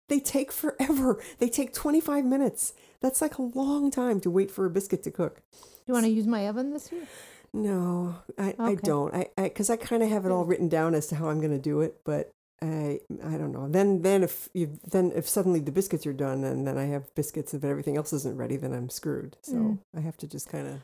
S1: They take forever. They take 25 minutes. That's like a long time to wait for a biscuit to cook.
S3: you want to use my oven this year?
S1: No, I, I
S3: Okay.
S1: don't. I because I, kind of have it all written down as to how I'm going to do it, but I I don't know. Then then if you then if suddenly the biscuits are done and then I have biscuits but everything else isn't ready, then I'm screwed. So
S3: Mm.
S1: I have to just kind of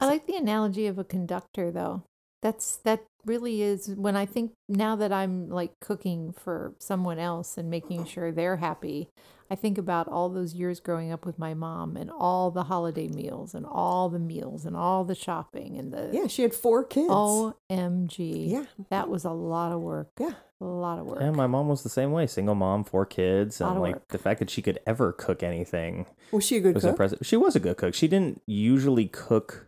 S3: I like the analogy of a conductor though. That's that really is when I think now that I'm like cooking for someone else and making sure they're happy, I think about all those years growing up with my mom and all the holiday meals and all the meals and all the shopping and the
S1: yeah. She had four kids.
S3: Oh. OMG.
S1: yeah,
S3: That was a lot of work.
S1: yeah.
S3: A lot of work.
S2: And my mom was the same way, single mom, four kids,
S3: Lot
S2: and
S3: of
S2: like
S3: work.
S2: the fact that she could ever cook anything
S1: Was she a good
S2: was
S1: cook?
S2: impressive. She was a good cook. She didn't usually cook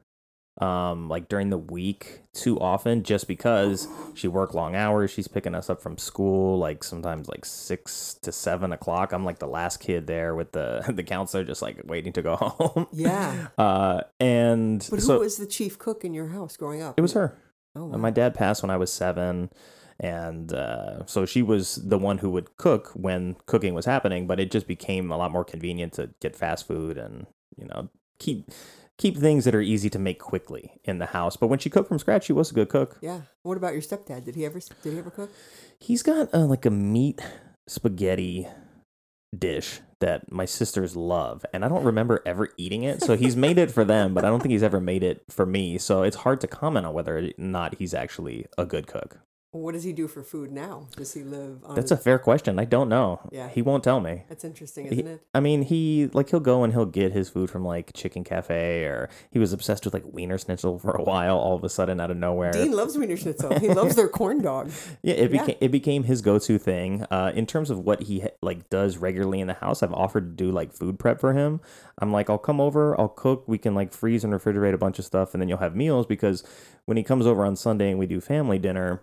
S2: um like during the week too often just because she worked long hours. She's picking us up from school like sometimes like six to seven o'clock. I'm like the last kid there with the the counselor just like waiting to go home.
S1: Yeah.
S2: Uh and
S1: But
S2: so
S1: who was the chief cook in your house growing up?
S2: it was her.
S1: Oh,
S2: Uh,
S1: wow.
S2: My dad passed when I was seven, and uh, so she was the one who would cook when cooking was happening. But it just became a lot more convenient to get fast food and you know keep keep things that are easy to make quickly in the house. But when she cooked from scratch, she was a good cook.
S1: Yeah. What about your stepdad? Did he ever did he ever cook?
S2: He's got uh, like a meat spaghetti dish that my sisters love, and I don't remember ever eating it. So he's made it for them, but I don't think he's ever made it for me. So it's hard to comment on whether or not he's actually a good cook.
S1: What does he do for food now? Does he live on?
S2: That's a fair question. I don't know.
S1: Yeah.
S2: He won't tell me.
S1: That's interesting,
S2: He-
S1: isn't it?
S2: I mean, he like he'll go and he'll get his food from like Chicken Cafe, or he was obsessed with like Wiener Schnitzel for a while. All of a sudden, out of nowhere,
S1: Dean loves Wiener Schnitzel. He loves their corn dog.
S2: yeah, it
S1: yeah.
S2: became it became his go to thing. Uh, in terms of what he ha- like does regularly in the house, I've offered to do like food prep for him. I'm like, I'll come over, I'll cook. We can like freeze and refrigerate a bunch of stuff, and then you'll have meals. Because when he comes over on Sunday and we do family dinner,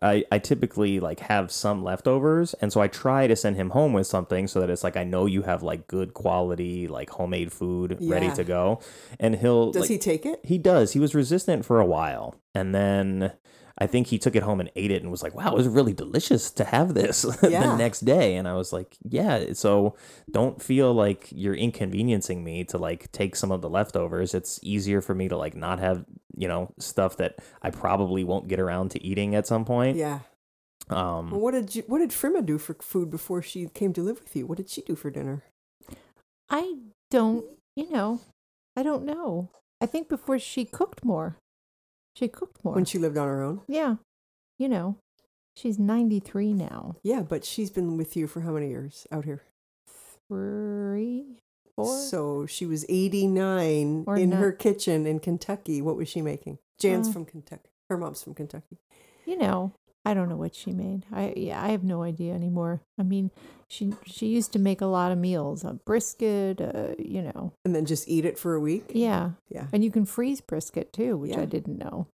S2: I, I typically like have some leftovers and so i try to send him home with something so that it's like i know you have like good quality like homemade food ready
S1: Yeah.
S2: to go and he'll
S1: Does
S2: like,
S1: he take it?
S2: he does he was resistant for a while and then i think he took it home and ate it and was like wow it was really delicious to have this
S1: Yeah.
S2: the next day and i was like yeah so don't feel like you're inconveniencing me to like take some of the leftovers it's easier for me to like not have you know stuff that i probably won't get around to eating at some point
S1: Yeah. Well,
S2: um
S1: what did you, what did Frima do for food before she came to live with you? What did she do for dinner?
S3: I don't, you know, I don't know. I think before she cooked more. She cooked more.
S1: When she lived on her own?
S3: yeah. You know, she's 93 now.
S1: Yeah, but she's been with you for how many years out here?
S3: Three, four.
S1: So she was 89
S3: Or
S1: in
S3: not.
S1: her kitchen in Kentucky. What was she making?
S2: Oh.
S1: Jan's
S3: Uh.
S1: from Kentucky. Her mom's from Kentucky.
S3: you know, I don't know what she made. I yeah, I have no idea anymore. I mean, she she used to make a lot of meals, a brisket, uh, you know.
S1: And then just eat it for a week.
S3: Yeah.
S1: Yeah.
S3: And you can freeze brisket too, which
S1: Yeah.
S3: I didn't know.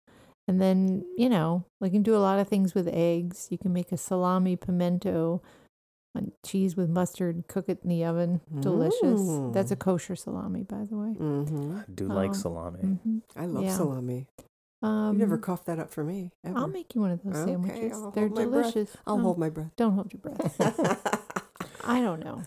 S3: And then, you know, like you can do a lot of things with eggs. You can make a salami pimento and cheese with mustard, cook it in the oven. Delicious. That's
S1: Mm.
S3: a kosher salami, by the way.
S1: Mm-hmm.
S2: I do like
S3: um,
S2: salami
S3: Mhm.
S1: I love
S3: Yeah.
S1: salami.
S3: Um,
S1: you never coughed that up for me. Ever.
S3: I'll
S1: I'll,
S3: make you one of those
S1: Okay,
S3: sandwiches.
S1: I'll
S3: They're
S1: hold my breath.
S3: delicious. No,
S1: hold my breath.
S3: Don't hold your breath. I don't know.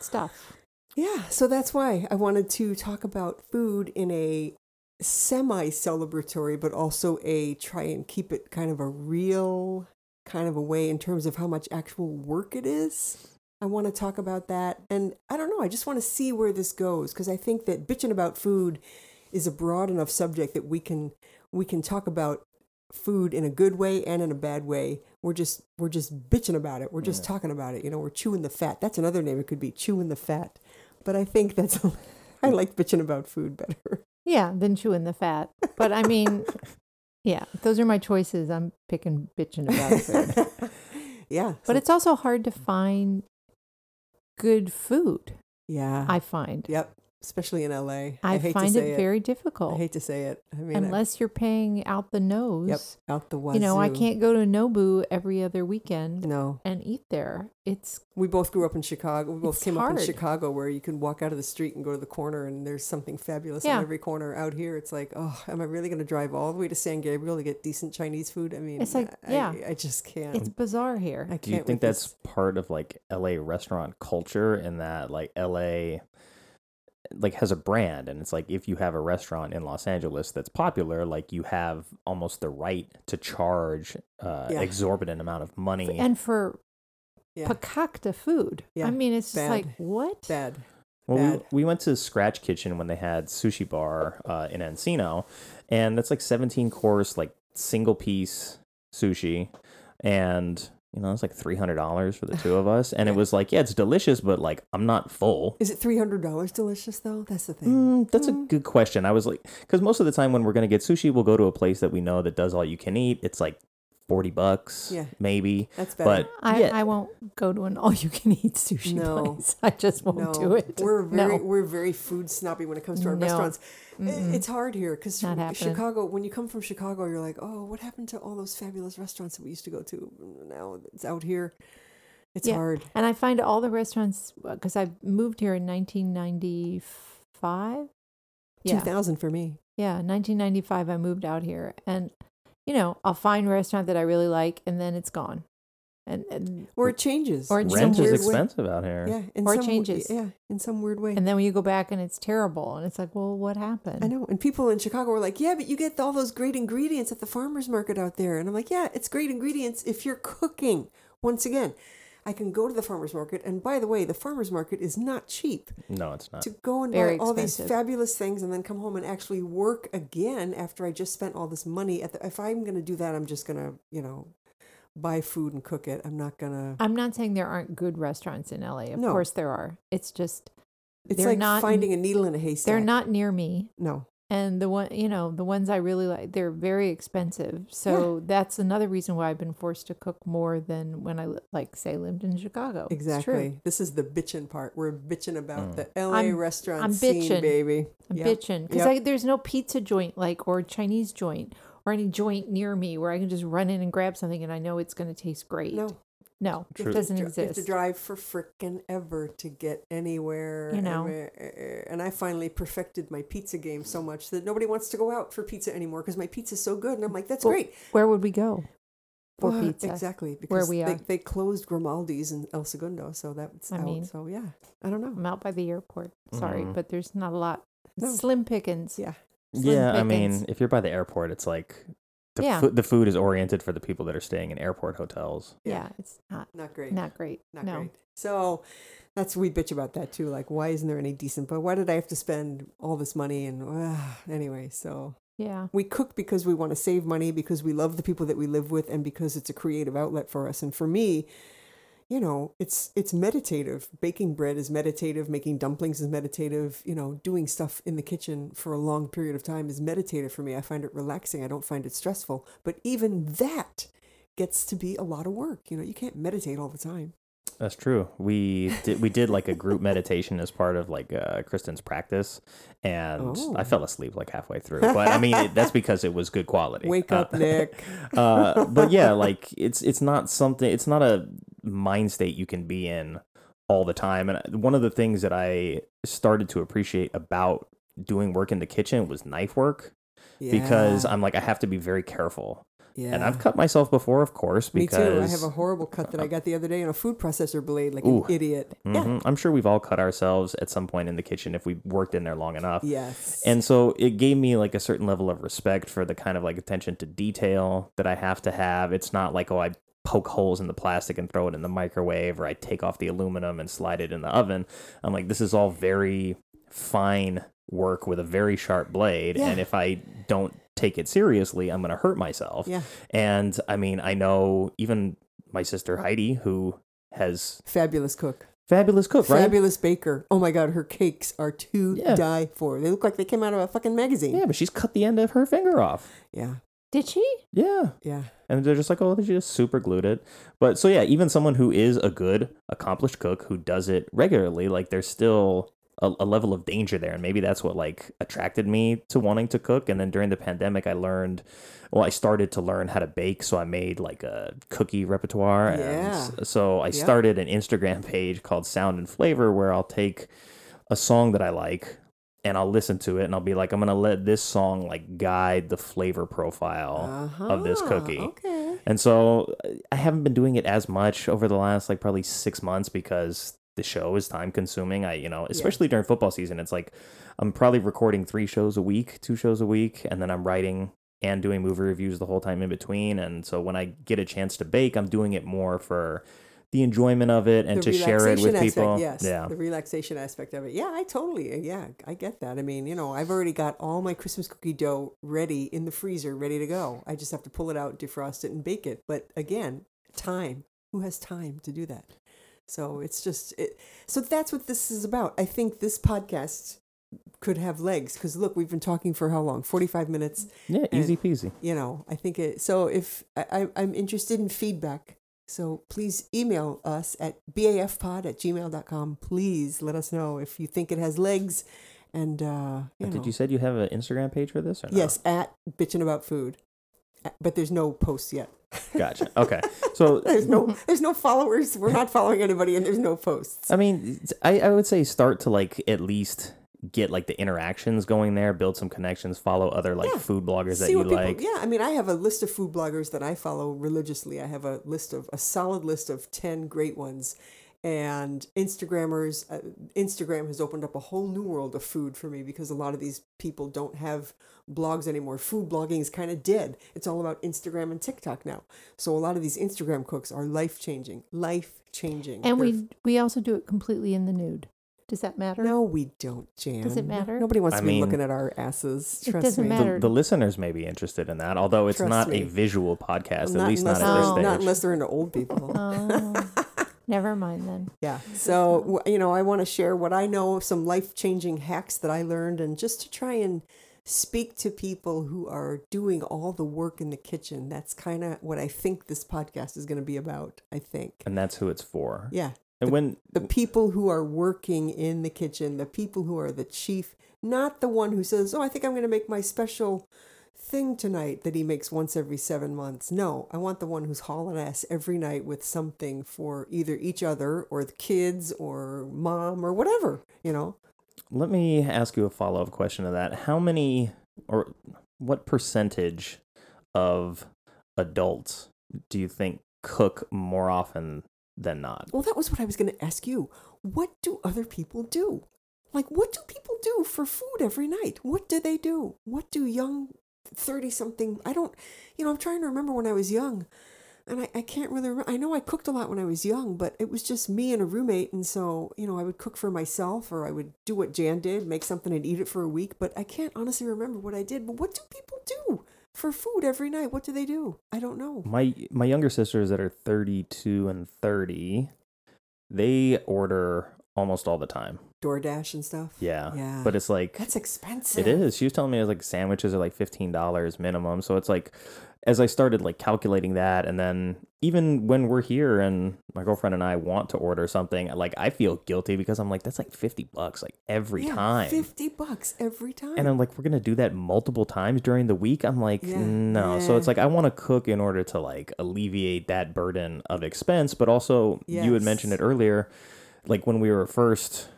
S3: Stuff.
S1: yeah. So that's why I wanted to talk about food in a semi celebratory, but also a try and keep it kind of a real kind of a way in terms of how much actual work it is. I want to talk about that. And I don't know, I just want to see where this goes because I think that bitching about food is a broad enough subject that we can we can talk about food in a good way and in a bad way. We're just we're just bitching about it. We're just talking about it. You know, we're chewing the fat. That's another name it could be, chewing the fat. But I think that's I
S3: Mm.
S1: like bitching about food better.
S3: Yeah, than chewing the fat. But I mean, yeah, those are my choices. I'm picking bitching about food.
S1: yeah.
S3: But it's also hard to find good food,
S1: yeah.
S3: I find.
S1: Yep. Especially in LA. Uh-huh. I,
S3: I,
S1: hate to
S3: find
S1: say
S3: it
S1: it.
S3: very
S1: I
S3: difficult
S1: hate to say it. I mean, I-
S3: unless you're paying out the
S1: yep,
S3: nose.
S1: out the wazoo.
S3: You know, I can't go to Nobu every other weekend
S1: No,
S3: and eat there. It's
S1: we both grew up in Chicago. We both
S3: It's
S1: came up in
S3: hard.
S1: Chicago where you can walk out of the street and go to the corner, and there's something fabulous
S3: Yeah.
S1: on every corner. Out here, it's like, oh, am I really going to drive all the way to San Gabriel to get decent Chinese food? I mean,
S3: It's like-
S1: I,
S3: yeah.
S1: I just can't.
S3: it's bizarre here.
S1: I can't
S2: Do you
S1: with
S2: think that's
S1: this.
S2: part of like LA restaurant culture in that like LA like has a brand and it's like if you have a restaurant in Los Angeles that's popular, like you have almost the right to charge uh
S1: Yeah.
S2: exorbitant amount of money.
S3: and for
S1: Yeah.
S3: pakakta food.
S1: Yeah,
S3: I mean, it's just
S1: bad.
S3: like, what?
S1: bad?
S2: well,
S1: bad.
S2: we, we went to Scratch Kitchen when they had sushi bar uh, in Encino, and that's like 17 course like single piece sushi and you know, it's like three hundred dollars for the two of us, and it was like, yeah, it's delicious, but like, I'm not full.
S1: Is it three hundred dollars delicious though? That's the thing.
S2: Mm, that's a good question. I was like, because most of the time when we're gonna get sushi, we'll go to a place that we know that does all you can eat. It's like forty bucks,
S1: Yeah.
S2: maybe.
S1: That's better.
S2: But
S3: I,
S2: yeah,
S3: I won't go to an all you can eat sushi
S1: No.
S3: place. I just won't
S1: no,
S3: do it.
S1: We're very
S3: no.
S1: we're very food snobby when it comes to our
S3: No.
S1: restaurants. I- It's hard here because
S3: Not happening.
S1: Chicago. When you come from Chicago, you're like, oh, what happened to all those fabulous restaurants that we used to go to? Now it's out here. It's
S3: Yeah.
S1: hard.
S3: And I find all the restaurants because I moved here in 1995. Yeah.
S1: Two thousand for me.
S3: Yeah, 1995 I moved out here and you know, I'll find a restaurant that I really like and then it's gone. and, and
S1: or it changes.
S3: Or
S1: in
S3: it's
S1: some
S2: Rent is
S3: weird way.
S2: expensive out here.
S1: Yeah, in
S3: Or it
S1: some,
S3: changes.
S1: Yeah, in some weird way.
S3: and then when you go back and it's terrible and it's like well what happened
S1: I know. And people in Chicago were like, "Yeah, but you get all those great ingredients at the farmers market out there." And I'm like, "Yeah, it's great ingredients if you're cooking." Once again, I can go to the farmers market, and by the way, the farmers market is not cheap.
S2: No, it's not.
S1: To go and
S3: Uh, Very
S1: buy all these
S3: expensive.
S1: fabulous things and then come home and actually work again after I just spent all this money at the if I'm going to do that, I'm just going to, you know, buy food and cook it. I'm not going to
S3: i'm not saying there aren't good restaurants in la of
S1: No.
S3: course there are it's just
S1: It's
S3: They're
S1: like
S3: not-
S1: finding a needle in a haystack.
S3: they're not near me
S1: No.
S3: and the one you know the ones i really like they're very expensive so that's another reason why i've been forced to cook more than when i li- like say lived in chicago It's true. Mm.
S1: Exactly. This is the bitchin' part. We're bitching about the LA
S3: I'm-
S1: restaurant
S3: I'm
S1: scene,
S3: bitchin'.
S1: baby.
S3: I'm
S1: Yeah.
S3: bitching because
S1: Yep.
S3: there's no pizza joint like or Chinese joint or any joint near me where I can just run in and grab something and I know it's going to taste great.
S1: No,
S3: no,
S1: you
S3: it
S1: have to
S3: doesn't
S1: dri- You have to
S3: exist.
S1: drive for frickin' ever to get anywhere.
S3: You know.
S1: anywhere. And I finally perfected my pizza game so much that nobody wants to go out for pizza anymore because my pizza's so good. And I'm like, that's
S3: Well,
S1: great.
S3: Where would we go for
S1: Well,
S3: pizza?
S1: Exactly. Because
S3: we
S1: they,
S3: are.
S1: they closed Grimaldi's in El Segundo. So that's
S3: I
S1: out.
S3: mean-
S1: so yeah, I don't know.
S3: I'm out by the airport. Sorry,
S2: Mhm.
S3: but there's not a lot.
S1: No.
S3: Slim pickings.
S1: Yeah.
S3: Slim
S2: yeah, I
S3: pickings.
S2: mean, if you're by the airport, it's like the,
S3: Yeah.
S2: food the food is oriented for the people that are staying in airport hotels.
S1: Yeah.
S3: Yeah. it's not
S1: Not great.
S3: not great.
S1: not
S3: no,
S1: great. So that's we bitch about that too. Like, why isn't there any decent? But why did I have to spend all this money? And uh, anyway, so
S3: yeah.
S1: we cook because we want to save money, because we love the people that we live with, and because it's a creative outlet for us. And for me, you know, it's it's meditative. Baking bread is meditative. Making dumplings is meditative. You know, doing stuff in the kitchen for a long period of time is meditative for me. I find it relaxing. I don't find it stressful. But even that gets to be a lot of work. You know, you can't meditate all the time.
S2: That's true. We did we did like a group meditation as part of like uh, Kristen's practice, and I
S1: Oh.
S2: fell asleep like halfway through. But I mean, it, that's because it was good quality.
S1: Wake
S2: Uh,
S1: up, Nick.
S2: uh, but yeah, like it's it's not something. It's not a mind state you can be in all the time. And uh, one of the things that I started to appreciate about doing work in the kitchen was knife work because
S1: Yeah,
S2: I'm like I have to be very careful.
S1: yeah.
S2: And I've cut myself before, of course,
S1: me too.
S2: because
S1: I have a horrible cut that I got the other day on a food processor blade, like
S2: Ooh.
S1: an idiot. Yeah.
S2: Mhm. I'm sure we've all cut ourselves at some point in the kitchen if we worked in there long enough.
S1: Yes.
S2: And so it gave me like a certain level of respect for the kind of like attention to detail that I have to have. It's not like, oh, I poke holes in the plastic and throw it in the microwave or I take off the aluminum and slide it in the oven. I'm like, this is all very fine work with a very sharp blade.
S1: Yeah.
S2: And if I don't take it seriously, I'm going to hurt myself.
S1: yeah.
S2: And I mean, I know even my sister Heidi, who has
S1: Fabulous cook.
S2: fabulous cook, right?
S1: Fabulous baker. Oh my God, her cakes are to
S2: Yeah.
S1: die for. They look like they came out of a fucking magazine.
S2: Yeah, but she's cut the end of her finger off.
S1: Yeah.
S3: Did she?
S2: Yeah.
S1: Yeah.
S2: And they're just like, oh, they just super glued it. But so, yeah, even someone who is a good, accomplished cook who does it regularly, like, there's still a, a level of danger there. And maybe that's what, like, attracted me to wanting to cook. And then during the pandemic, I learned, well, I started to learn how to bake. So I made, like, a cookie repertoire. And
S1: Yeah.
S2: s- so I started an Instagram page called Sound and Flavor where I'll take a song that I like and I'll listen to it and I'll be like, I'm gonna let this song like guide the flavor profile of this
S1: Uh-huh.
S2: cookie.
S1: Okay.
S2: And so uh, I haven't been doing it as much over the last like probably six months because the show is time consuming. I, you know, especially during football season, it's like I'm probably recording three shows a week, two shows a week, and then I'm writing and doing movie reviews the whole time in between. And so when I get a chance to bake, I'm doing it more for the enjoyment of it and
S1: the
S2: to share it
S1: relaxation
S2: with
S1: aspect,
S2: people.
S1: Yes,
S2: Yeah.
S1: the relaxation aspect of it. Yeah, I totally. uh, Yeah, I get that. I mean, you know, I've already got all my Christmas cookie dough ready in the freezer, ready to go. I just have to pull it out, defrost it, and bake it. But again, time. Who has time to do that? So it's just it. So that's what this is about. I think this podcast could have legs because look, we've been talking for how long? Forty-five minutes
S2: Yeah.
S1: And-
S2: Easy peasy.
S1: you know, I think it. So if I, I, I'm interested in feedback, so please email us at bafpod at gmail.com. Please let us know if you think it has legs. And, uh, you
S2: Did
S1: know.
S2: you said you have an Instagram page for this? Or no?
S1: Yes, at bitching about food. Uh, But there's no posts yet.
S2: Gotcha. Okay. So
S1: There's no there's no followers. We're not following anybody and there's no posts.
S2: I mean, it's- I, I would say start to like at least get like the interactions going there, build some connections, follow other like
S1: Yeah.
S2: food bloggers that
S1: See
S2: you
S1: what people,
S2: like.
S1: yeah. I mean, I have a list of food bloggers that I follow religiously. I have a list of a solid list of ten great ones, and Instagrammers. Uh, Instagram has opened up a whole new world of food for me because a lot of these people don't have blogs anymore. Food blogging is kind of dead. It's all about Instagram and TikTok now. So a lot of these Instagram cooks are life changing, life changing.
S3: And we we also do it completely in the nude. Does that matter?
S1: no, we don't, Jan.
S3: Does it matter?
S1: Nobody wants
S2: I
S1: to be
S2: mean-
S1: looking at our asses.
S3: It
S1: Trust
S3: doesn't
S1: me.
S3: matter.
S2: The, the listeners may be interested in that, although it's
S1: Trust
S2: not
S1: me.
S2: a visual podcast,
S1: Not
S2: at least
S1: unless
S2: not at this
S3: they're-
S1: they're-
S2: stage.
S1: Not unless they're into old people.
S3: Oh, never mind then.
S1: Yeah. So, w- you know, I want to share what I know, some life changing hacks that I learned, and just to try and speak to people who are doing all the work in the kitchen. That's kind of what I think this podcast is going to be about, I think.
S2: and that's who it's for.
S1: Yeah.
S2: And when
S1: The people who are working in the kitchen, the people who are the chief, not the one who says, Oh, I think I'm going to make my special thing tonight that he makes once every seven months. No, I want the one who's hauling ass every night with something for either each other or the kids or mom or whatever, you know?
S2: let me ask you a follow up question to that. How many or what percentage of adults do you think cook more often than not?
S1: Well, that was what I was going to ask you. What do other people do? Like, what do people do for food every night? What do they do? What do young 30 something? I don't, you know, I'm trying to remember when I was young. And I, I can't really remember. I know I cooked a lot when I was young, but it was just me and a roommate. And so, you know, I would cook for myself or I would do what Jan did, make something and eat it for a week. But I can't honestly remember what I did. But what do people do for food every night? What do they do? I don't know.
S2: My my younger sisters that are 32 and 30, they order almost all the time.
S1: DoorDash and stuff.
S2: Yeah.
S1: Yeah.
S2: But it's like
S1: That's expensive.
S2: It is. She was telling me it was like sandwiches are like fifteen dollars minimum. So it's like as I started like calculating that and then even when we're here and my girlfriend and I want to order something, like I feel guilty because I'm like, that's like fifty bucks like every
S1: Yeah,
S2: time.
S1: 50 bucks every time.
S2: And I'm like, we're gonna do that multiple times during the week. I'm like,
S1: Yeah.
S2: no. So it's
S1: Yeah.
S2: like I want to cook in order to like alleviate that burden of expense, but also you had mentioned
S1: Yes.
S2: it earlier, like when we were first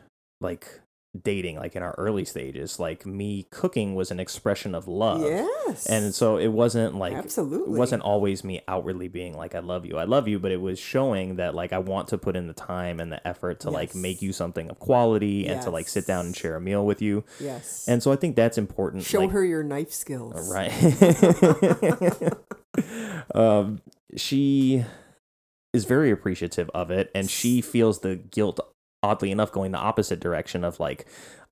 S2: like dating, like in our early stages, like me cooking was an expression of love.
S1: yes.
S2: And so it wasn't like
S1: Absolutely.
S2: it wasn't always me outwardly being like, I love you, I love you, but it was showing that like I want to put in the time and the effort to like make
S1: Yes.
S2: you something of quality and to like sit down and
S1: Yes.
S2: share a meal with you.
S1: Yes.
S2: And so I think that's important.
S1: show
S2: like- uh,
S1: her your knife skills.
S2: right. um, she is very appreciative of it, and she feels the guilt. Oddly enough, going the opposite direction of like,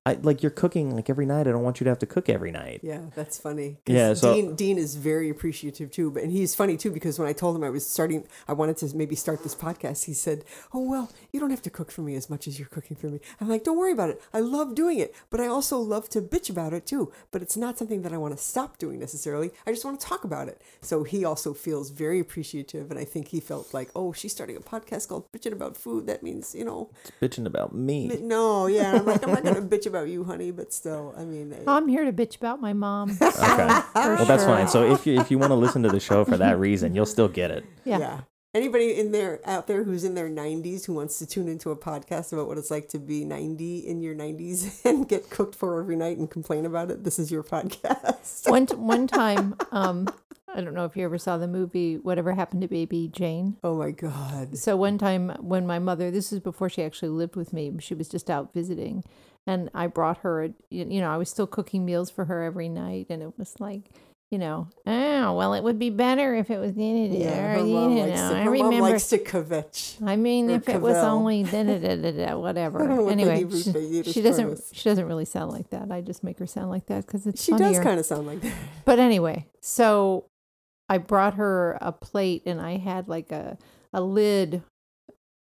S2: I like you're cooking like every night. I don't want you to have to cook every night.
S1: Yeah, that's funny. 'Cause
S2: Yeah, so-
S1: Dean Dean is very appreciative too, but and he's funny too because when I told him I was starting, I wanted to maybe start this podcast, he said, "Oh well, you don't have to cook for me as much as you're cooking for me." I'm like, "Don't worry about it. I love doing it, but I also love to bitch about it too. But it's not something that I want to stop doing necessarily. I just want to talk about it." So he also feels very appreciative, and I think he felt like, "Oh, she's starting a podcast called Bitching About Food. That means you know."
S2: It's bitching about me.
S1: No, yeah. I'm like, I'm not gonna bitch about you, honey, but still, I mean, I-
S3: I'm here to bitch about my mom.
S2: Okay,
S1: Oh,
S2: well that's
S3: sure.
S2: fine. So if you if you want to listen to the show for that reason, you'll still get it.
S3: Yeah.
S1: Anybody in there out there who's in their 90s who wants to tune into a podcast about what it's like to be 90 in your 90s and get cooked for every night and complain about it, this is your podcast.
S3: One t- one time, um, I don't know if you ever saw the movie Whatever Happened to Baby Jane.
S1: Oh my God.
S3: So one time when my mother, this is before she actually lived with me, she was just out visiting, and I brought her. A, you know, I was still cooking meals for her every night, and it was like. You know, oh well, it would be better if it was needed.
S1: Yeah,
S3: Yeah,
S1: her mom
S3: you know,
S1: likes to,
S3: I
S1: her mom
S3: remember.
S1: likes to kvetch.
S3: I mean,
S1: or
S3: if it was
S1: cavell.
S3: only da da da da da, whatever.
S1: I don't know what the
S3: anyway,
S1: Hebrew-
S3: she,
S1: the Yiddish
S3: she
S1: term
S3: doesn't.
S1: is.
S3: She doesn't really sound like that. I just make her sound like that because it's
S1: She
S3: funnier.
S1: does kind of sound like that.
S3: But anyway, so I brought her a plate and I had like a, a lid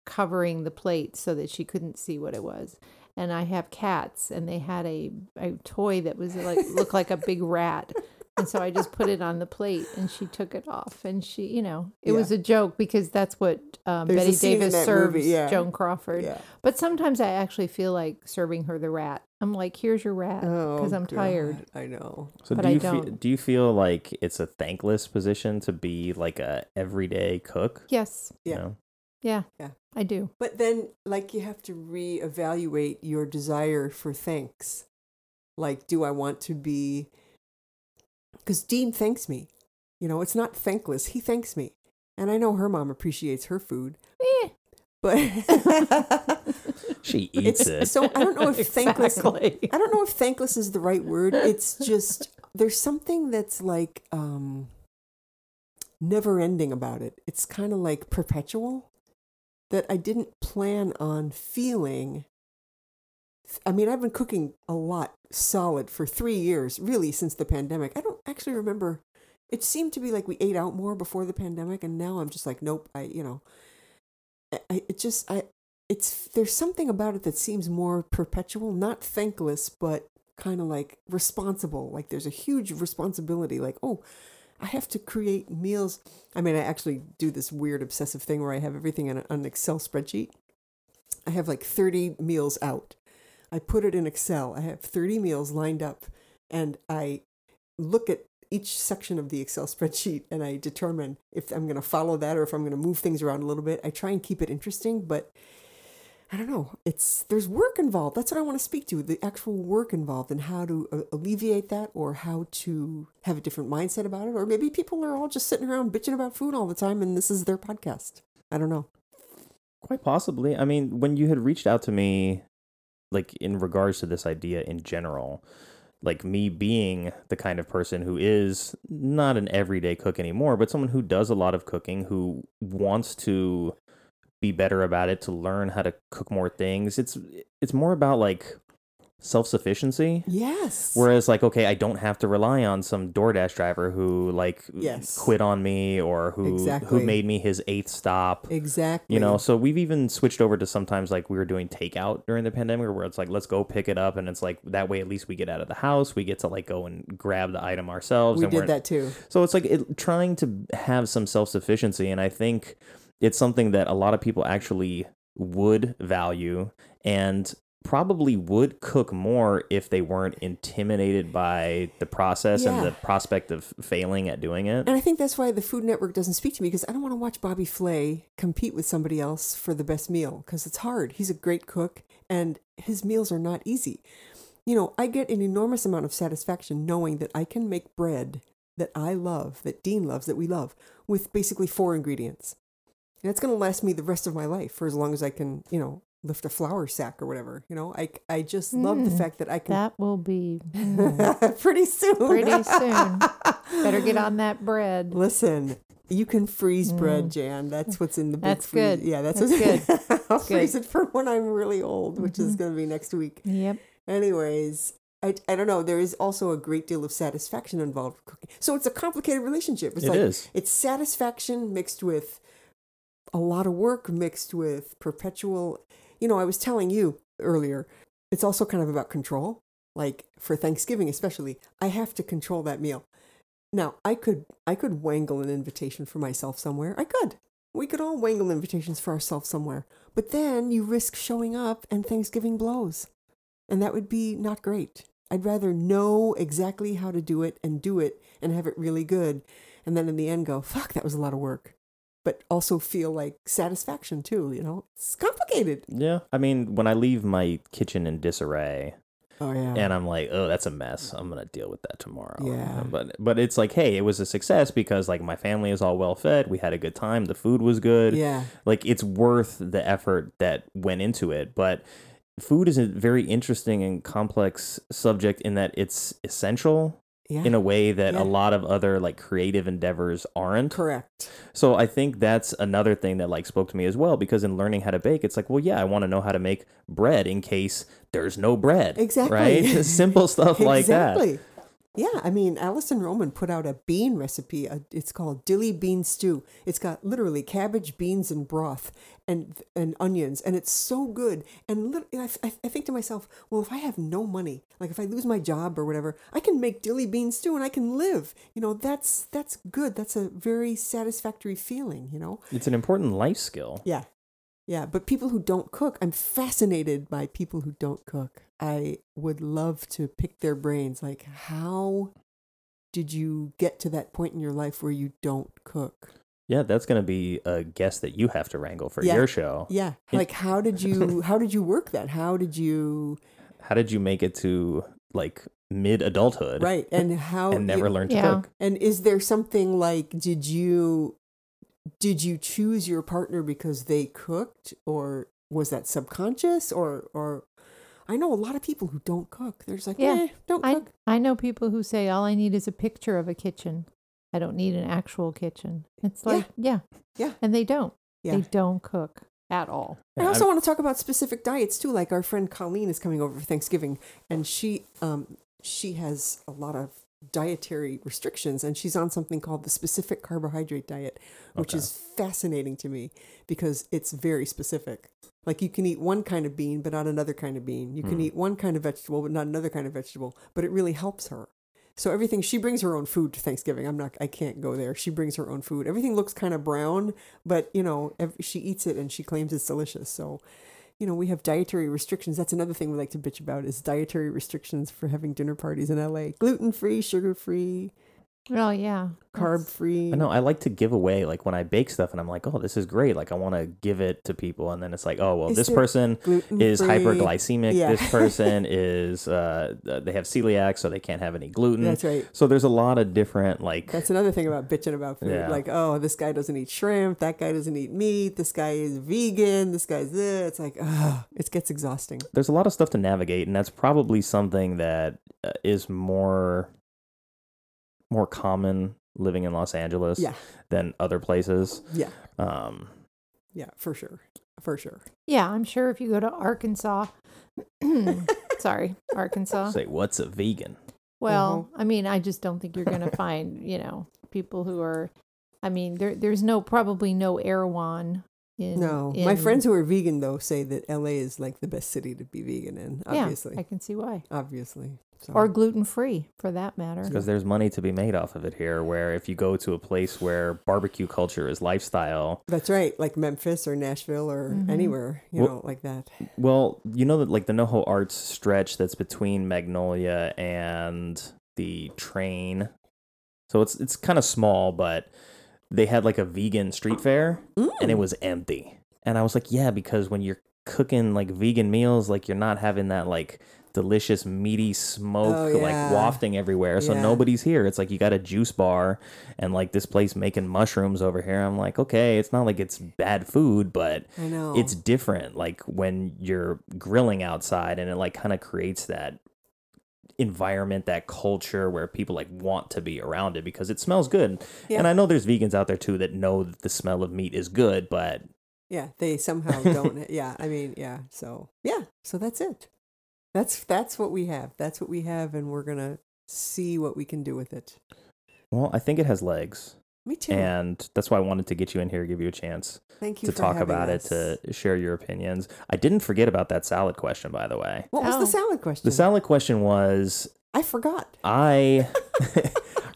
S3: covering the plate so that she couldn't see what it was. And I have cats and they had a, a toy that was like looked like a big rat. And so I just put it on the plate and she took it off and she, you know, it was a joke because that's what um,
S1: There's a
S3: Betty
S1: scene in
S3: Davis
S1: that
S3: serves
S1: movie, yeah.
S3: Joan Crawford.
S1: Yeah.
S3: But sometimes I actually feel like serving her the rat. I'm like, here's your rat
S1: Uh.
S3: because uh, I'm tired.
S1: Oh God, I know.
S2: So
S3: But
S2: do
S3: I
S2: you feel,
S3: don't.
S2: do you feel like it's a thankless position to be like a everyday cook?
S3: Yes.
S2: You
S1: Yeah.
S2: know?
S3: Yeah.
S1: Yeah.
S3: I do.
S1: But then, like, you have to reevaluate your desire for thanks. Like, do I want to be? Because Dean thanks me. You know, it's not thankless. He thanks me, and I know her mom appreciates her food,
S3: Eh,
S1: but
S2: She eats
S1: it's
S2: it.
S1: so I don't know if thankless.
S3: exactly.
S1: I don't know if thankless is the right word. It's just there's something that's like um never ending about it. It's kind of like perpetual that I didn't plan on feeling. I mean, I've been cooking a lot solid for 3 years, really since the pandemic. I don't actually remember it seemed to be like we ate out more before the pandemic and now I'm just like nope, I you know I, I it just I it's there's something about it that seems more perpetual, not thankless, but kind of like responsible. Like there's a huge responsibility. Like oh, I have to create meals. I mean, I actually do this weird obsessive thing where I have everything on, a, on an Excel spreadsheet. I have like 30 meals out. I put it in Excel. I have 30 meals lined up, and I look at each section of the Excel spreadsheet and I determine if I'm going to follow that or if I'm going to move things around a little bit. I try and keep it interesting, but I don't know. It's there's work involved. That's what I want to speak to the actual work involved and how to uh, alleviate that or how to have a different mindset about it. Or maybe people are all just sitting around bitching about food all the time and this is their podcast. I don't know.
S2: Quite possibly. I mean, when you had reached out to me, like in regards to this idea in general, like me being the kind of person who is not an everyday cook anymore, but someone who does a lot of cooking, who wants to be better about it, to learn how to cook more things. It's it's more about like self sufficiency.
S1: Yes.
S2: Whereas, like, okay, I don't have to rely on some DoorDash driver who like
S1: Yes.
S2: quit on me or who
S1: Exactly.
S2: who made me his eighth stop.
S1: exactly.
S2: You know, so we've even switched over to sometimes like we were doing takeout during the pandemic where it's like, let's go pick it up. And it's like, that way at least we get out of the house. We get to like go and grab the item ourselves.
S1: we
S2: and
S1: did that too.
S2: So it's like it, trying to have some self sufficiency. And I think it's something that a lot of people actually would value and probably would cook more if they weren't intimidated by the process
S1: Yeah.
S2: and the prospect of failing at doing it.
S1: And I think that's why the Food Network doesn't speak to me because I don't want to watch Bobby Flay compete with somebody else for the best meal because it's hard. He's a great cook and his meals are not easy. You know, I get an enormous amount of satisfaction knowing that I can make bread that I love, that Dean loves, that we love, with basically four ingredients. And that's going to last me the rest of my life for as long as I can, you know, lift a flour sack or whatever. You know, I, I just love the
S3: Mm.
S1: fact that I can.
S3: That will be
S1: pretty soon.
S3: pretty soon. Better get on that bread.
S1: Listen, you can freeze bread, Jan. That's what's in the book.
S3: Mm. That's good.
S1: Yeah, that's, what's
S3: That's good.
S1: I'll
S3: good. Mm-hmm.
S1: freeze it for when I'm really old, which is going to be next week.
S3: Yep.
S1: Anyways, I, I don't know. There is also a great deal of satisfaction involved with cooking. So it's a complicated relationship. It's
S2: It
S1: like
S2: is.
S1: it's satisfaction mixed with a lot of work mixed with perpetual. You know, I was telling you earlier, it's also kind of about control. Like for Thanksgiving, especially, I have to control that meal. Now, I could I could wangle an invitation for myself somewhere. I could. We could all wangle invitations for ourselves somewhere. But then you risk showing up and Thanksgiving blows. And that would be not great. I'd rather know exactly how to do it and do it and have it really good. And then in the end go, fuck, that was a lot of work. But also feel like satisfaction too, you know? It's complicated.
S2: Yeah. I mean, when I leave my kitchen in disarray,
S1: Oh, yeah.
S2: and I'm like, oh, that's a mess. I'm gonna deal with that tomorrow.
S1: Yeah.
S2: But but it's like, hey, it was a success because like my family is all well fed. We had a good time. The food was good.
S1: Yeah.
S2: Like it's worth the effort that went into it. But food is a very interesting and complex subject in that it's essential
S1: Yeah.
S2: in a way that
S1: Yeah.
S2: a lot of other like creative endeavors aren't.
S1: Correct.
S2: So I think that's another thing that like spoke to me as well because in learning how to bake, it's like, well, yeah, I want to know how to make bread in case there's no bread.
S1: Exactly.
S2: Right? Just Simple stuff like that.
S1: exactly. Yeah, I mean, Allison Roman put out a bean recipe. A, it's called dilly bean stew. It's got literally cabbage, beans, and broth, and and onions, and it's so good. And lit- and I, f- I I think to myself, well, if I have no money, like if I lose my job or whatever, I can make dilly bean stew and I can live. You know, that's that's good. That's a very satisfactory feeling. You know.
S2: It's an important life skill.
S1: Yeah. Yeah. But people who don't cook, I'm fascinated by people who don't cook. I would love to pick their brains. Like, how did you get to that point in your life where you don't cook?
S2: Yeah, that's gonna be a guest that you have to wrangle for
S1: Yeah.
S2: your show.
S1: Yeah.
S2: It-
S1: Like, how did you, how did you work that? How did you,
S2: How did you make it to like mid adulthood
S1: right. And how
S2: and never
S1: you-
S2: learned to
S3: Yeah.
S2: cook.
S1: And is there something like did you did you choose your partner because they cooked or was that subconscious or or I know a lot of people who don't cook. They're just like, eh,
S3: Yeah.
S1: don't
S3: I,
S1: cook.
S3: I know people who say all I need is a picture of a kitchen. I don't need an actual kitchen. It's
S1: Yeah.
S3: like, yeah.
S1: Yeah.
S3: And they don't.
S1: Yeah.
S3: They don't cook at all.
S1: I
S2: Yeah,
S1: also
S2: I'm-
S1: want to talk about specific diets too. Like our friend Colleen is coming over for Thanksgiving, and she um she has a lot of dietary restrictions, and she's on something called the specific carbohydrate diet, which
S2: Okay.
S1: is fascinating to me because it's very specific. Like you can eat one kind of bean, but not another kind of bean. You can
S2: Hmm.
S1: eat one kind of vegetable, but not another kind of vegetable. But it really helps her. So everything she brings her own food to Thanksgiving. I'm not I can't go there. She brings her own food. Everything looks kind of brown, but you know, ev- she eats it and she claims it's delicious. So, you know, we have dietary restrictions. That's another thing we like to bitch about is dietary restrictions for having dinner parties in LA. Gluten-free, sugar-free,
S3: Oh, yeah. That's-
S1: carb-free.
S2: I know I like to give away like when I bake stuff and I'm like, oh, this is great. Like I want to give it to people, and then it's like, oh well,
S1: Is
S2: this
S1: there
S2: person
S1: Gluten
S2: is hyperglycemic.
S1: Yeah.
S2: This person is uh, th- they have celiac, so they can't have any gluten.
S1: That's right.
S2: so there's a lot of different like
S1: That's another thing about bitching about food.
S2: Yeah.
S1: Like, oh, this guy doesn't eat shrimp. That guy doesn't eat meat. This guy is vegan. This guy's this. It's like, ugh, it gets exhausting.
S2: there's a lot of stuff to navigate, and that's probably something that uh, is more more common living in Los Angeles
S1: Yeah.
S2: than other places.
S1: Yeah.
S2: Um,
S1: Yeah, for sure. For sure.
S3: Yeah, I'm sure if you go to Arkansas, sorry,
S1: Uh-huh.
S3: Arkansas.
S2: say what's a vegan?
S1: Mm-hmm.
S3: Well, I mean, I just don't think you're going to find, you know, people who are. I mean, there, there's no probably no Erewhon in.
S1: No, my
S3: in-
S1: friends who are vegan though say that LA is like the best city to be vegan in. Obviously,
S3: Yeah, I can see why.
S1: obviously. So,
S3: Or gluten free, for that matter.
S2: because there's money to be made off of it here where if you go to a place where barbecue culture is lifestyle
S1: that's right, like Memphis or Nashville or
S3: Mhm.
S1: anywhere, you
S2: Well-
S1: know, like that.
S2: well you know that like the noho arts stretch that's between magnolia and the train so it's it's kind of small but they had like a vegan street fair and
S1: Mm.
S2: it was empty and i was like yeah because when you're cooking like vegan meals like you're not having that like delicious meaty smoke
S1: Oh, yeah.
S2: like wafting everywhere so
S1: Yeah.
S2: nobody's here it's like you got a juice bar and like this place making mushrooms over here i'm like okay it's not like it's bad food but
S1: I know.
S2: it's different like when you're grilling outside and it like kind of creates that environment that culture where people like want to be around it because it smells good
S1: Yeah.
S2: and i know there's vegans out there too that know that the smell of meat is good but
S1: yeah, they somehow don't. yeah, I mean, yeah. So yeah, so that's it. That's that's what we have. That's what we have, and we're gonna see what we can do with it.
S2: well i think it has legs
S1: Me too.
S2: and that's why i wanted to get you in here give you a chance
S1: Thank you
S2: to
S1: for
S2: talk
S1: having
S2: about
S1: us.
S2: it to share your opinions i didn't forget about that salad question by the way
S1: What was
S3: Oh.
S1: the salad question?
S2: the salad question was
S1: I forgot.
S2: i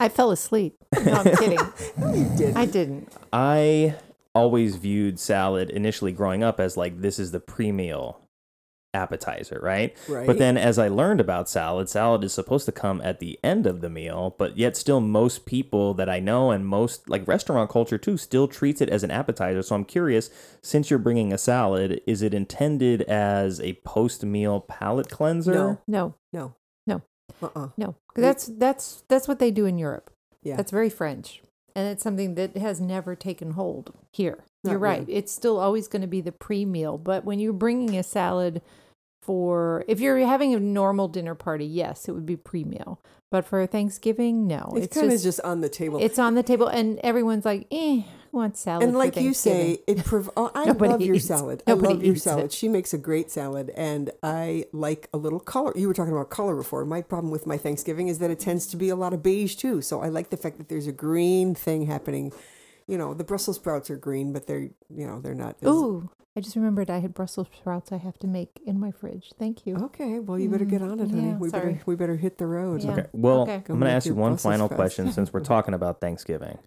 S3: I fell asleep. No, I'm kidding.
S1: No, you did.
S3: I didn't.
S2: I always viewed salad initially growing up as like this is the pre meal appetizer, right?
S1: right.
S2: But then as I learned about salad, salad is supposed to come at the end of the meal, but yet still most people that I know and most like restaurant culture too still treats it as an appetizer. So I'm curious, since you're bringing a salad, is it intended as a post meal palate cleanser?
S1: No.
S3: No,
S1: no.
S3: No.
S1: Uh. uh
S3: no. 'Cause
S1: We-
S3: That's that's that's what they do in Europe.
S1: Yeah.
S3: That's very French, and it's something that has never taken hold here.
S1: Not
S3: You're right.
S1: really.
S3: It's still always going to be the pre-meal, but when you're bringing a salad for if you're having a normal dinner party, yes, it would be pre-meal. But for Thanksgiving, no.
S1: it's kind of just, on the table.
S3: it's on the table, and everyone's like, "Eh, who wants salad?"
S1: and
S3: for
S1: like you
S3: Thanksgiving?"
S1: say, it. Prov- oh, I
S3: Nobody
S1: love your
S3: eats-
S1: salad. I
S3: nobody
S1: love your
S3: eats it.
S1: salad. She makes a great salad, and I like a little color. You were talking about color before. My problem with my Thanksgiving is that it tends to be a lot of beige too. So I like the fact that there's a green thing happening. You know, the Brussels sprouts are green, but they're you know they're not. as-
S3: "Ooh." I just remembered I had Brussels sprouts I have to make in my fridge. Thank you.
S1: Okay, well you better get on it,
S3: Mm,
S1: honey.
S3: yeah,
S1: we better
S3: sorry.
S1: we better hit the road.
S3: Yeah.
S2: Okay. Well,
S3: Okay.
S2: I'm
S1: Go
S2: going to
S1: make
S2: ask you
S1: your
S2: one
S1: Brussels
S2: final
S1: sprouts.
S2: question since we're talking about Thanksgiving.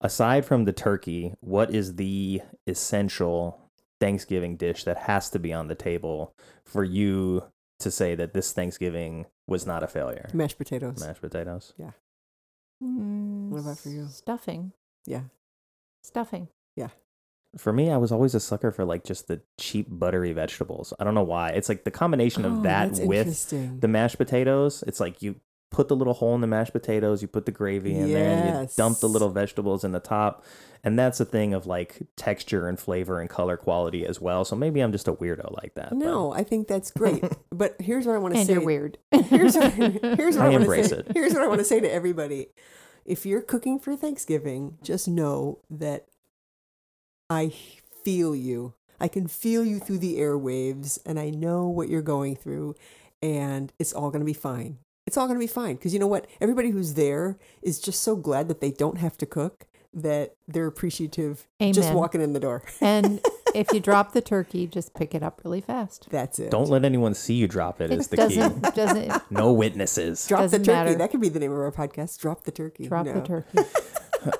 S2: Aside from the turkey, what is the essential Thanksgiving dish that has to be on the table for you to say that this Thanksgiving was not a failure?
S1: Mashed potatoes.
S2: Mashed potatoes.
S3: Mm,
S1: What about for you?
S3: Stuffing.
S1: Yeah.
S3: Stuffing.
S1: Yeah.
S2: For me, I was always a sucker for like just the cheap buttery vegetables. I don't know why. It's like the combination of
S1: Oh,
S2: that
S1: that's
S2: with
S1: interesting.
S2: the mashed potatoes. It's like you put the little hole in the mashed potatoes, you put the gravy in there, and you dump the
S1: Yes.
S2: little vegetables in the top. And that's the thing of like texture and flavor and color quality as well. So maybe I'm just a weirdo like that. but
S1: no, I think that's great. but here's what I want to
S3: and
S1: say.
S3: you're weird.
S1: Here's what, here's what
S2: I
S1: I, want to
S2: embrace
S1: say.
S2: it.
S1: Here's what I want to say to everybody. If you're cooking for Thanksgiving, just know that I feel you. I can feel you through the airwaves and I know what you're going through and it's all going to be fine. It's all going to be fine because you know what? Everybody who's there is just so glad that they don't have to cook that they're appreciative just
S3: Amen.
S1: walking in the door.
S3: and if you drop the turkey, just pick it up really fast.
S1: That's it.
S2: Don't let anyone see you drop it is the key.
S3: doesn't doesn't
S2: No witnesses.
S1: drop the
S3: doesn't
S1: turkey.
S3: matter.
S1: That could be the name of our podcast. Drop the turkey.
S3: drop the
S1: No.
S3: turkey.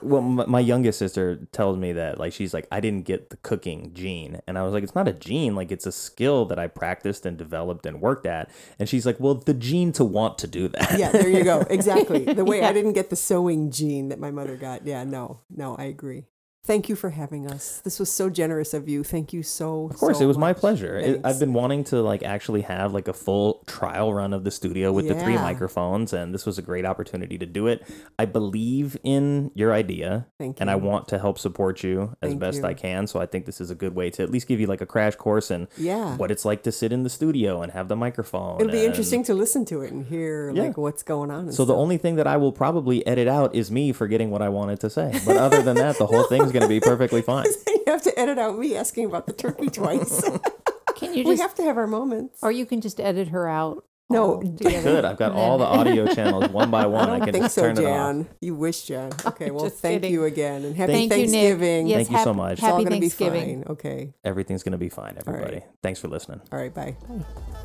S2: Well, my, my youngest sister tells me that like she's like I didn't get the cooking gene, and I was like, it's not a gene, like it's a skill that I practiced and developed and worked at. And she's like, well, the gene to want to do that.
S1: yeah, there you go. Exactly. The way I didn't get the sewing gene that my mother got. Yeah, no, no, I agree. Thank you for having us. This was so generous of you. Thank you so.
S2: Of course,
S1: so
S2: it was my
S1: much.
S2: pleasure. It,
S1: Thanks.
S2: I've been wanting to like actually have like a full trial run of the studio with the three
S1: Yeah.
S2: microphones, and this was a great opportunity to do it. I believe in your idea,
S1: Thank
S2: and I
S1: you.
S2: want to help support you as
S1: Thank
S2: best I
S1: you.
S2: can. So I think this is a good way to at least give you like a crash course and
S1: Yeah.
S2: what it's like to sit in the studio and have the microphone.
S1: It'll be
S2: and-
S1: interesting to listen to it and hear
S2: Yeah.
S1: like what's going on. and
S2: So the
S1: stuff.
S2: only thing that I will probably edit out is me forgetting what I wanted to say. But other than that, the whole thing's going to be perfectly fine.
S1: you have to edit out me asking about the turkey twice.
S3: Can you
S1: we
S3: just
S1: have to have our moments.
S3: or you can just edit her out.
S2: Oh,
S1: No,
S3: altogether.
S2: Good. I've got all the audio channels one by one. I,
S1: I
S2: can
S1: think
S2: just
S1: so,
S2: turn it off.
S1: Jan. You wish, Jan. Okay, well,
S3: just
S1: thank
S3: kidding.
S1: you again, and happy
S3: Thank you, Nick.
S1: Thanksgiving.
S3: Yes,
S2: Thank you so
S3: hap-
S2: much. It's
S1: It's all
S3: Happy
S1: gonna
S3: Thanksgiving.
S1: be fine. Okay.
S2: Everything's going to be fine,
S1: right.
S2: everybody. Thanks for listening.
S1: All right. Bye.